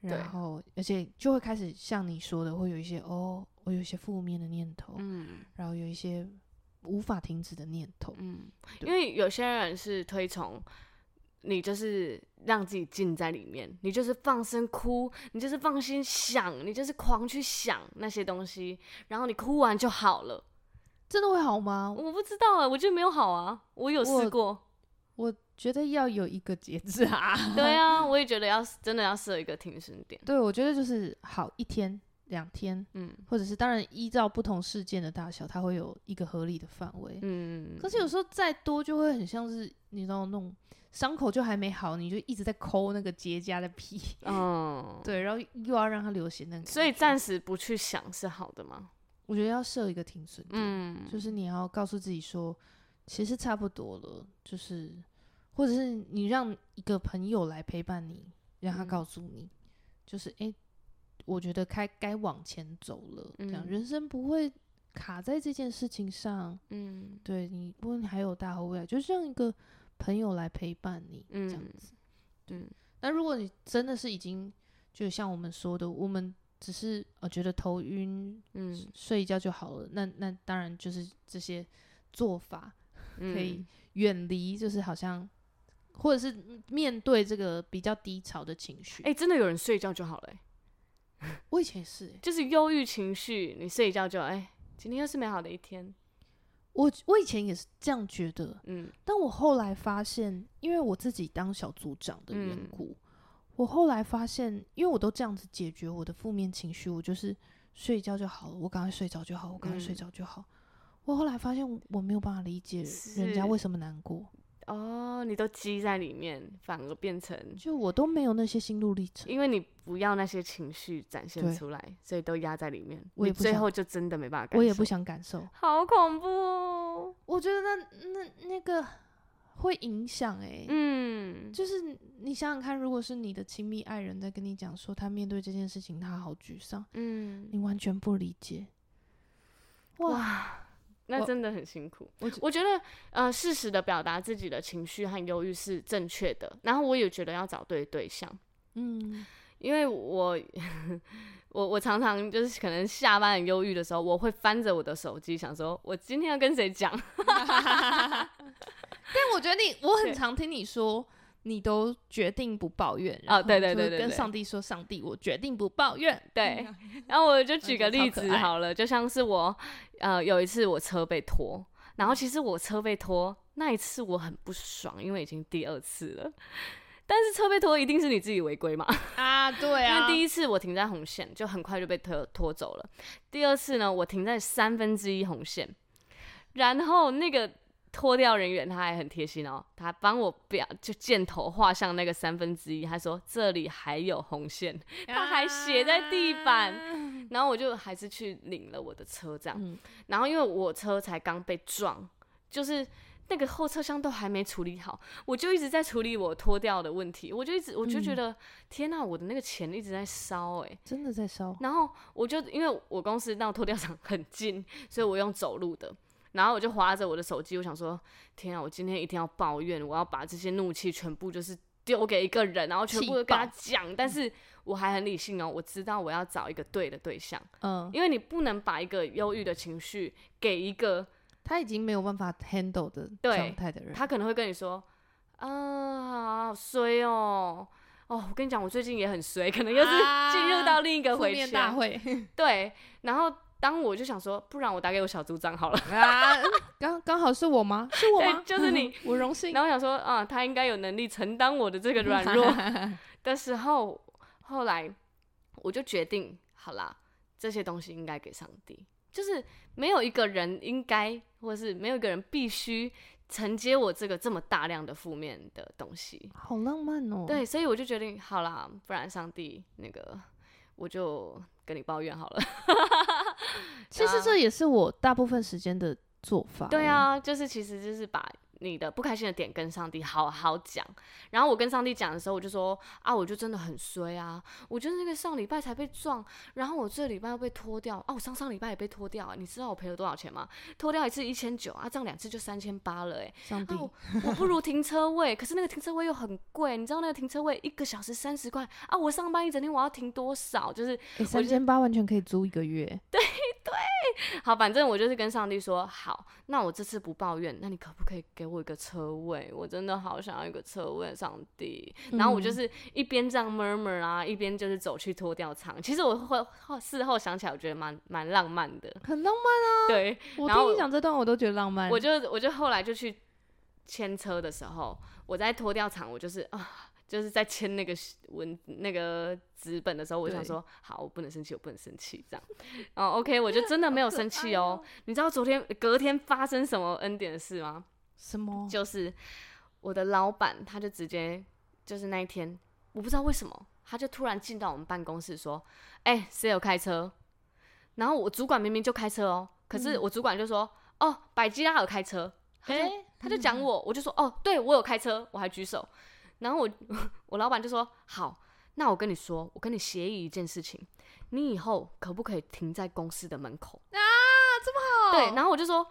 [SPEAKER 1] 对
[SPEAKER 2] 然后，而且就会开始像你说的，会有一些哦，我有一些负面的念头，
[SPEAKER 1] 嗯
[SPEAKER 2] 然后有一些无法停止的念头。
[SPEAKER 1] 嗯，
[SPEAKER 2] 对
[SPEAKER 1] 因为有些人是推崇。你就是让自己浸在里面，你就是放声哭，你就是放心想，你就是狂去想那些东西，然后你哭完就好了。
[SPEAKER 2] 真的会好吗？
[SPEAKER 1] 我不知道啊，我觉得没有好啊，我有试
[SPEAKER 2] 我
[SPEAKER 1] 过。
[SPEAKER 2] 我觉得要有一个节制啊。
[SPEAKER 1] 对啊，我也觉得要真的要设一个停损点。
[SPEAKER 2] 对，我觉得就是好一天、两天，
[SPEAKER 1] 嗯
[SPEAKER 2] 或者是当然依照不同事件的大小，它会有一个合理的范围。
[SPEAKER 1] 嗯，
[SPEAKER 2] 可是有时候再多就会很像是你知道那种伤口就还没好，你就一直在抠那个结痂的皮，
[SPEAKER 1] 嗯，
[SPEAKER 2] 对，然后又要让它流血那个感觉。
[SPEAKER 1] 所以暂时不去想是好的吗？
[SPEAKER 2] 我觉得要设一个停损点，
[SPEAKER 1] 嗯，
[SPEAKER 2] 就是你要告诉自己说，其实差不多了，就是或者是你让一个朋友来陪伴你，让他
[SPEAKER 1] 嗯
[SPEAKER 2] 告诉你，就是诶，我觉得该该往前走了，这样
[SPEAKER 1] 嗯
[SPEAKER 2] 人生不会卡在这件事情上。
[SPEAKER 1] 嗯
[SPEAKER 2] 对你，不论还有大后未来，就像一个朋友来陪伴你这样
[SPEAKER 1] 嗯
[SPEAKER 2] 子。
[SPEAKER 1] 嗯
[SPEAKER 2] 那如果你真的是已经，就像我们说的，我们只是呃觉得头晕，
[SPEAKER 1] 嗯，
[SPEAKER 2] 睡一觉就好了。那那当然就是这些做法可
[SPEAKER 1] 可
[SPEAKER 2] 以远离，就是好像或者是面对这个比较低潮的情绪。
[SPEAKER 1] 哎、真的有人睡觉就好了、欸，
[SPEAKER 2] 我以前也是、欸，
[SPEAKER 1] 就是忧郁情绪，你睡一觉就哎、今天又是美好的一天。
[SPEAKER 2] 我我以前也是这样觉得，
[SPEAKER 1] 嗯
[SPEAKER 2] 但我后来发现，因为我自己当小组长的缘
[SPEAKER 1] 嗯
[SPEAKER 2] 故，我后来发现，因为我都这样子解决我的负面情绪，我就是睡觉就好了，我赶快睡着就好，我赶快睡
[SPEAKER 1] 嗯
[SPEAKER 2] 着就好。我后来发现，我没有办法理解人家
[SPEAKER 1] 是
[SPEAKER 2] 为什么难过，
[SPEAKER 1] 哦，你都积在里面，反而变成，
[SPEAKER 2] 就我都没有那些心路历程。
[SPEAKER 1] 因为你不要那些情绪展现
[SPEAKER 2] 对
[SPEAKER 1] 出来，所以都压在里面，
[SPEAKER 2] 我也
[SPEAKER 1] 你
[SPEAKER 2] 不
[SPEAKER 1] 最
[SPEAKER 2] 想
[SPEAKER 1] 后就真的没办法感受。
[SPEAKER 2] 我也不想感受，
[SPEAKER 1] 好恐怖哦。
[SPEAKER 2] 我觉得那那那个会影响哎、
[SPEAKER 1] 嗯，
[SPEAKER 2] 就是你想想看，如果是你的亲密爱人在跟你讲说他面对这件事情他好沮丧，
[SPEAKER 1] 嗯，
[SPEAKER 2] 你完全不理解，哇
[SPEAKER 1] 哇，那
[SPEAKER 2] 我
[SPEAKER 1] 真的很辛苦。
[SPEAKER 2] 我
[SPEAKER 1] 我
[SPEAKER 2] 只
[SPEAKER 1] 觉得，呃，适时的表达自己的情绪和忧郁是正确的。然后我也觉得要找对对象，
[SPEAKER 2] 嗯，
[SPEAKER 1] 因为我 我我常常就是可能下班很忧郁的时候，我会翻着我的手机，想说我今天要跟谁讲。
[SPEAKER 2] 但我觉得你，我很
[SPEAKER 1] 对
[SPEAKER 2] 常听你说，你都决定不抱怨，
[SPEAKER 1] 哦
[SPEAKER 2] 然后
[SPEAKER 1] 对对
[SPEAKER 2] 就
[SPEAKER 1] 对
[SPEAKER 2] 是
[SPEAKER 1] 对
[SPEAKER 2] 跟
[SPEAKER 1] 对
[SPEAKER 2] 上帝说，上帝，我决定不抱怨。
[SPEAKER 1] 对，然后我就举个
[SPEAKER 2] 超
[SPEAKER 1] 例
[SPEAKER 2] 可
[SPEAKER 1] 子
[SPEAKER 2] 爱
[SPEAKER 1] 好了，就像是我，呃，有一次我车被拖，然后其实我车被拖那一次我很不爽，因为已经第二次了。但是车被拖一定是你自己违规嘛？
[SPEAKER 2] 啊， 对
[SPEAKER 1] 因为
[SPEAKER 2] 啊，
[SPEAKER 1] 第一次我停在红线，就很快就被拖拖走了。第二次呢，我停在三分之一红线，然后那个拖掉人员他还很贴心哦，他帮我表就箭头画向那个三分之一，他说这里还有红线，他还写在地板
[SPEAKER 2] 啊
[SPEAKER 1] 然后我就还是去领了我的车这样。
[SPEAKER 2] 嗯
[SPEAKER 1] 然后因为我车才刚被撞，就是那个后车厢都还没处理好，我就一直在处理我脱掉的问题，我就一直我就觉
[SPEAKER 2] 嗯
[SPEAKER 1] 得、天呐，我的那个钱一直在烧哎、
[SPEAKER 2] 真的在烧，
[SPEAKER 1] 然后我就因为我公司到脱掉厂 很近，所以我用走路的。然后我就划着我的手机，我想说，天啊，我今天一定要抱怨，我要把这些怒气全部就是丢给一个人，然后全部都跟他讲。但是我还很理性哦，我知道我要找一个对的对象，
[SPEAKER 2] 嗯，
[SPEAKER 1] 因为你不能把一个忧郁的情绪给一个
[SPEAKER 2] 他已经没有办法 handle 的
[SPEAKER 1] 对
[SPEAKER 2] 状态的人，
[SPEAKER 1] 他可能会跟你说，啊，好衰哦，哦，我跟你讲，我最近也很衰，可能又是
[SPEAKER 2] 啊
[SPEAKER 1] 进入到另一个
[SPEAKER 2] 负
[SPEAKER 1] 回
[SPEAKER 2] 面大
[SPEAKER 1] 圈。
[SPEAKER 2] 会
[SPEAKER 1] 对，然后当我就想说，不然我打给我小组长好了。
[SPEAKER 2] 啊，刚刚好是我吗？是我
[SPEAKER 1] 对
[SPEAKER 2] 吗？
[SPEAKER 1] 就是 你，
[SPEAKER 2] 我荣幸
[SPEAKER 1] 然后我想说，啊，他应该有能力承担我的这个软弱的时候，后来我就决定，好啦，这些东西应该给上帝，就是没有一个人应该，或是没有一个人必须承接我这个这么大量的负面的东西。
[SPEAKER 2] 好浪漫哦，，
[SPEAKER 1] 对，所以我就决定，好啦，不然上帝那个，我就跟你抱怨好了。
[SPEAKER 2] 其实这也是我大部分时间的做法，
[SPEAKER 1] 啊
[SPEAKER 2] 欸
[SPEAKER 1] 对，啊，就是其实就是把你的不开心的点跟上帝好好讲。然后我跟上帝讲的时候，我就说啊，我就真的很衰啊，我就是那个上礼拜才被撞，然后我这礼拜又被拖掉啊，我上上礼拜也被拖掉、啊，你知道我赔了多少钱吗？ 拖掉一次一千九啊，这样两次就三千八了、欸，
[SPEAKER 2] 上帝
[SPEAKER 1] 啊，我我不如停车位，可是那个停车位又很贵，你知道那个停车位一个小时三十块啊，我上班一整天我要停多少？就是
[SPEAKER 2] 三千八完全可以租一个月，
[SPEAKER 1] 好，反正我就是跟上帝说，好，那我这次不抱怨，那你可不可以给我一个车位？我真的好想要一个车位，上帝。然后我就是一边这样 murmur 啊，一边就是走去脱掉仓。其实我会后事后想起来，我觉得蛮蛮浪漫的。
[SPEAKER 2] 很浪漫。
[SPEAKER 1] 对，
[SPEAKER 2] 我
[SPEAKER 1] 然后
[SPEAKER 2] 听你讲这段，我都觉得浪漫。
[SPEAKER 1] 我就我就后来就去牵车的时候，我在拖吊场，我就是啊，就是在签那个文那个纸本的时候，我
[SPEAKER 2] 对
[SPEAKER 1] 想说，好，我不能生气，我不能生气，这样。哦，OK，我就真的没有生气哦。你知道昨天隔天发生什么恩典的事吗？
[SPEAKER 2] 什么？
[SPEAKER 1] 就是我的老板，他就直接就是那一天，我不知道为什么，他就突然进到我们办公室说：“哎、谁有开车？”然后我主管明明就开车哦，可是我主管就说：“哦，百基拉有开车。”他就、
[SPEAKER 2] 哎
[SPEAKER 1] 他就讲我，我就说：“哦，对我有开车，我还举手。”然后我 我老板就说：“好，那我跟你说，我跟你协议一件事情，你以后可不可以停在公司的门口？”对，然后我就说，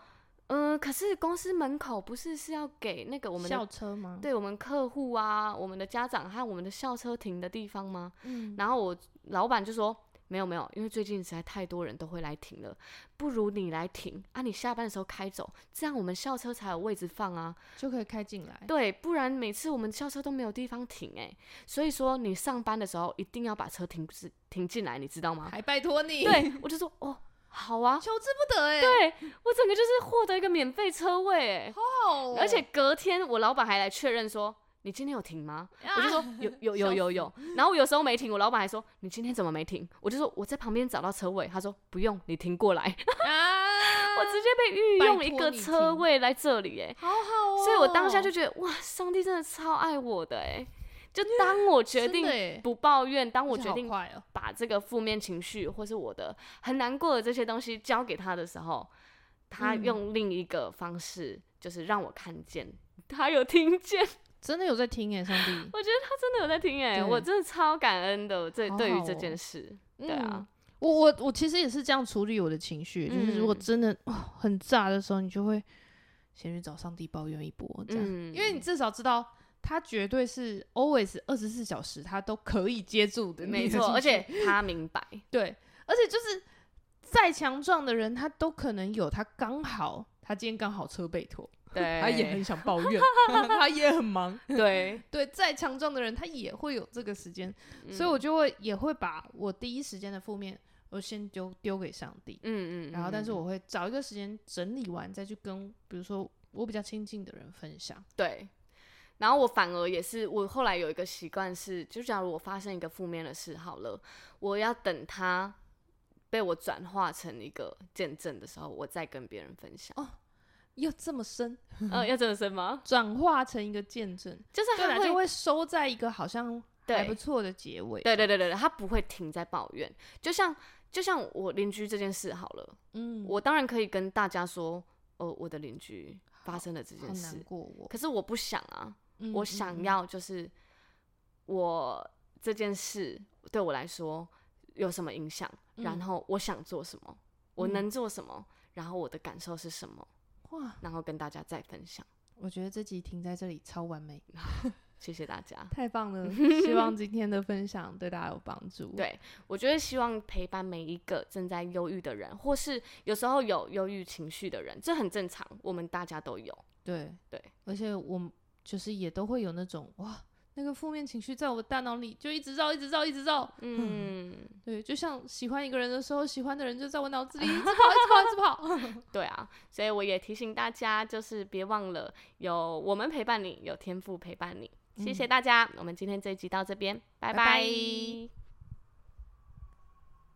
[SPEAKER 1] 嗯、可是公司门口不是是要给那个我们
[SPEAKER 2] 校
[SPEAKER 1] 的，
[SPEAKER 2] 车吗？
[SPEAKER 1] 对我们客户啊、我们的家长和我们的校车停的地方吗？
[SPEAKER 2] 嗯，
[SPEAKER 1] 然后我老板就说，没有没有，因为最近实在太多人都会来停了，不如你来停啊，你下班的时候开走，这样我们校车才有位置放啊。
[SPEAKER 2] 就可以开进来。
[SPEAKER 1] 对，不然每次我们校车都没有地方停哎、所以说你上班的时候一定要把车停是停进来，你知道吗？
[SPEAKER 2] 还哎拜托你，，
[SPEAKER 1] 对，我就说哦，好啊。
[SPEAKER 2] 求之不得哎，
[SPEAKER 1] 对我整个就是获得一个免费车位哎，
[SPEAKER 2] 哦
[SPEAKER 1] 而且隔天我老板还来确认说。你今天有停吗？我就说有有有有有，然后我有时候没停，我老板还说你今天怎么没停？我就说我在旁边找到车位，他说不用，你停过来，
[SPEAKER 2] 啊，
[SPEAKER 1] 我直接被御
[SPEAKER 2] 拜
[SPEAKER 1] 用一
[SPEAKER 2] 托
[SPEAKER 1] 个
[SPEAKER 2] 你
[SPEAKER 1] 车
[SPEAKER 2] 停
[SPEAKER 1] 位来这里哎，
[SPEAKER 2] 好好哦，
[SPEAKER 1] 所以我当下就觉得哇，上帝真的超爱我的哎，就
[SPEAKER 2] 啊
[SPEAKER 1] 当我决定
[SPEAKER 2] 定，
[SPEAKER 1] 不抱怨，当我
[SPEAKER 2] 而且
[SPEAKER 1] 决
[SPEAKER 2] 欸好
[SPEAKER 1] 定
[SPEAKER 2] 快哦，
[SPEAKER 1] 把这个负面情绪或是我的很难过的这些东西交给他的时候，他
[SPEAKER 2] 嗯
[SPEAKER 1] 用另一个方式，就是让我看见他有听见，
[SPEAKER 2] 真的有在听哎，上帝，
[SPEAKER 1] 我觉得他真的有在听哎、
[SPEAKER 2] 对
[SPEAKER 1] 我真的超感恩的。这
[SPEAKER 2] 好好
[SPEAKER 1] 对于这
[SPEAKER 2] 哦
[SPEAKER 1] 件事， 对啊
[SPEAKER 2] 嗯，我我我其实也是这样处理我的情绪，就是如果
[SPEAKER 1] 嗯
[SPEAKER 2] 真的、哦很炸的时候，你就会先去找上帝抱怨一波，这样，
[SPEAKER 1] 嗯
[SPEAKER 2] 因为你至少知道他绝对是 always 二十四小时他都可以接住的，
[SPEAKER 1] 没错，而且他明白，
[SPEAKER 2] 对，而且就是再强壮的人，他都可能有他刚好他今天刚好车被拖，
[SPEAKER 1] 对，
[SPEAKER 2] 他也很想抱怨， 他也很忙，
[SPEAKER 1] 对，
[SPEAKER 2] 对，再强壮的人他也会有这个时间，
[SPEAKER 1] 嗯
[SPEAKER 2] 所以我就会也会把我第一时间的负面，我先丢丢给上帝。
[SPEAKER 1] 嗯嗯，
[SPEAKER 2] 然后，但是
[SPEAKER 1] 嗯
[SPEAKER 2] 我会找一个时间整理完，再去跟比如说我比较亲近的人分享。
[SPEAKER 1] 对。然后我反而也是，我后来有一个习惯是，就假如我发生一个负面的事好了，我要等它被我转化成一个见证的时候，我再跟别人分 享。
[SPEAKER 2] 又这么深，
[SPEAKER 1] 嗯、要这么深 吗？
[SPEAKER 2] 转化成一个见证，
[SPEAKER 1] 就是
[SPEAKER 2] 对
[SPEAKER 1] 它
[SPEAKER 2] 啦，就
[SPEAKER 1] 会，
[SPEAKER 2] 会收在一个好像还
[SPEAKER 1] 对
[SPEAKER 2] 不错的结尾。
[SPEAKER 1] 对对对对对，它不会停在抱怨。就像就像我邻居这件事好了，
[SPEAKER 2] 嗯，
[SPEAKER 1] 我当然可以跟大家说，哦，我的邻居发生了这
[SPEAKER 2] 好
[SPEAKER 1] 件
[SPEAKER 2] 难
[SPEAKER 1] 事，
[SPEAKER 2] 过我，
[SPEAKER 1] 可是我不想啊，
[SPEAKER 2] 嗯
[SPEAKER 1] 我想，要就是我这件事对我来说有什么影响，然
[SPEAKER 2] 嗯
[SPEAKER 1] 后我想做什么，我
[SPEAKER 2] 嗯
[SPEAKER 1] 能做什么，然后我的感受是什么，
[SPEAKER 2] 嗯嗯哇，
[SPEAKER 1] 然后跟大家再分享。
[SPEAKER 2] 我觉得这集停在这里超 完美，
[SPEAKER 1] 谢谢大家。
[SPEAKER 2] 太棒 了！希望今天的分享对大家有帮助。
[SPEAKER 1] 对，我觉得希望陪伴每一个正在忧郁的人，或是有时候有忧郁情绪的人，这很正常，我们大家都有。
[SPEAKER 2] 对
[SPEAKER 1] 对，
[SPEAKER 2] 而且我们就是也都会有那种哇，那个负面情绪在我的大脑里就一直绕，一直绕，一直绕。
[SPEAKER 1] 嗯，
[SPEAKER 2] 对，就像喜欢一个人的时候，喜欢的人就在我脑子里一直跑，一直跑，一直跑。
[SPEAKER 1] 对啊，所以我也提醒大家，就是别忘了有我们陪嗯伴你，有天赋陪伴你。谢谢大家，我们今天这一集到这边，拜
[SPEAKER 2] 拜
[SPEAKER 1] 拜
[SPEAKER 2] 拜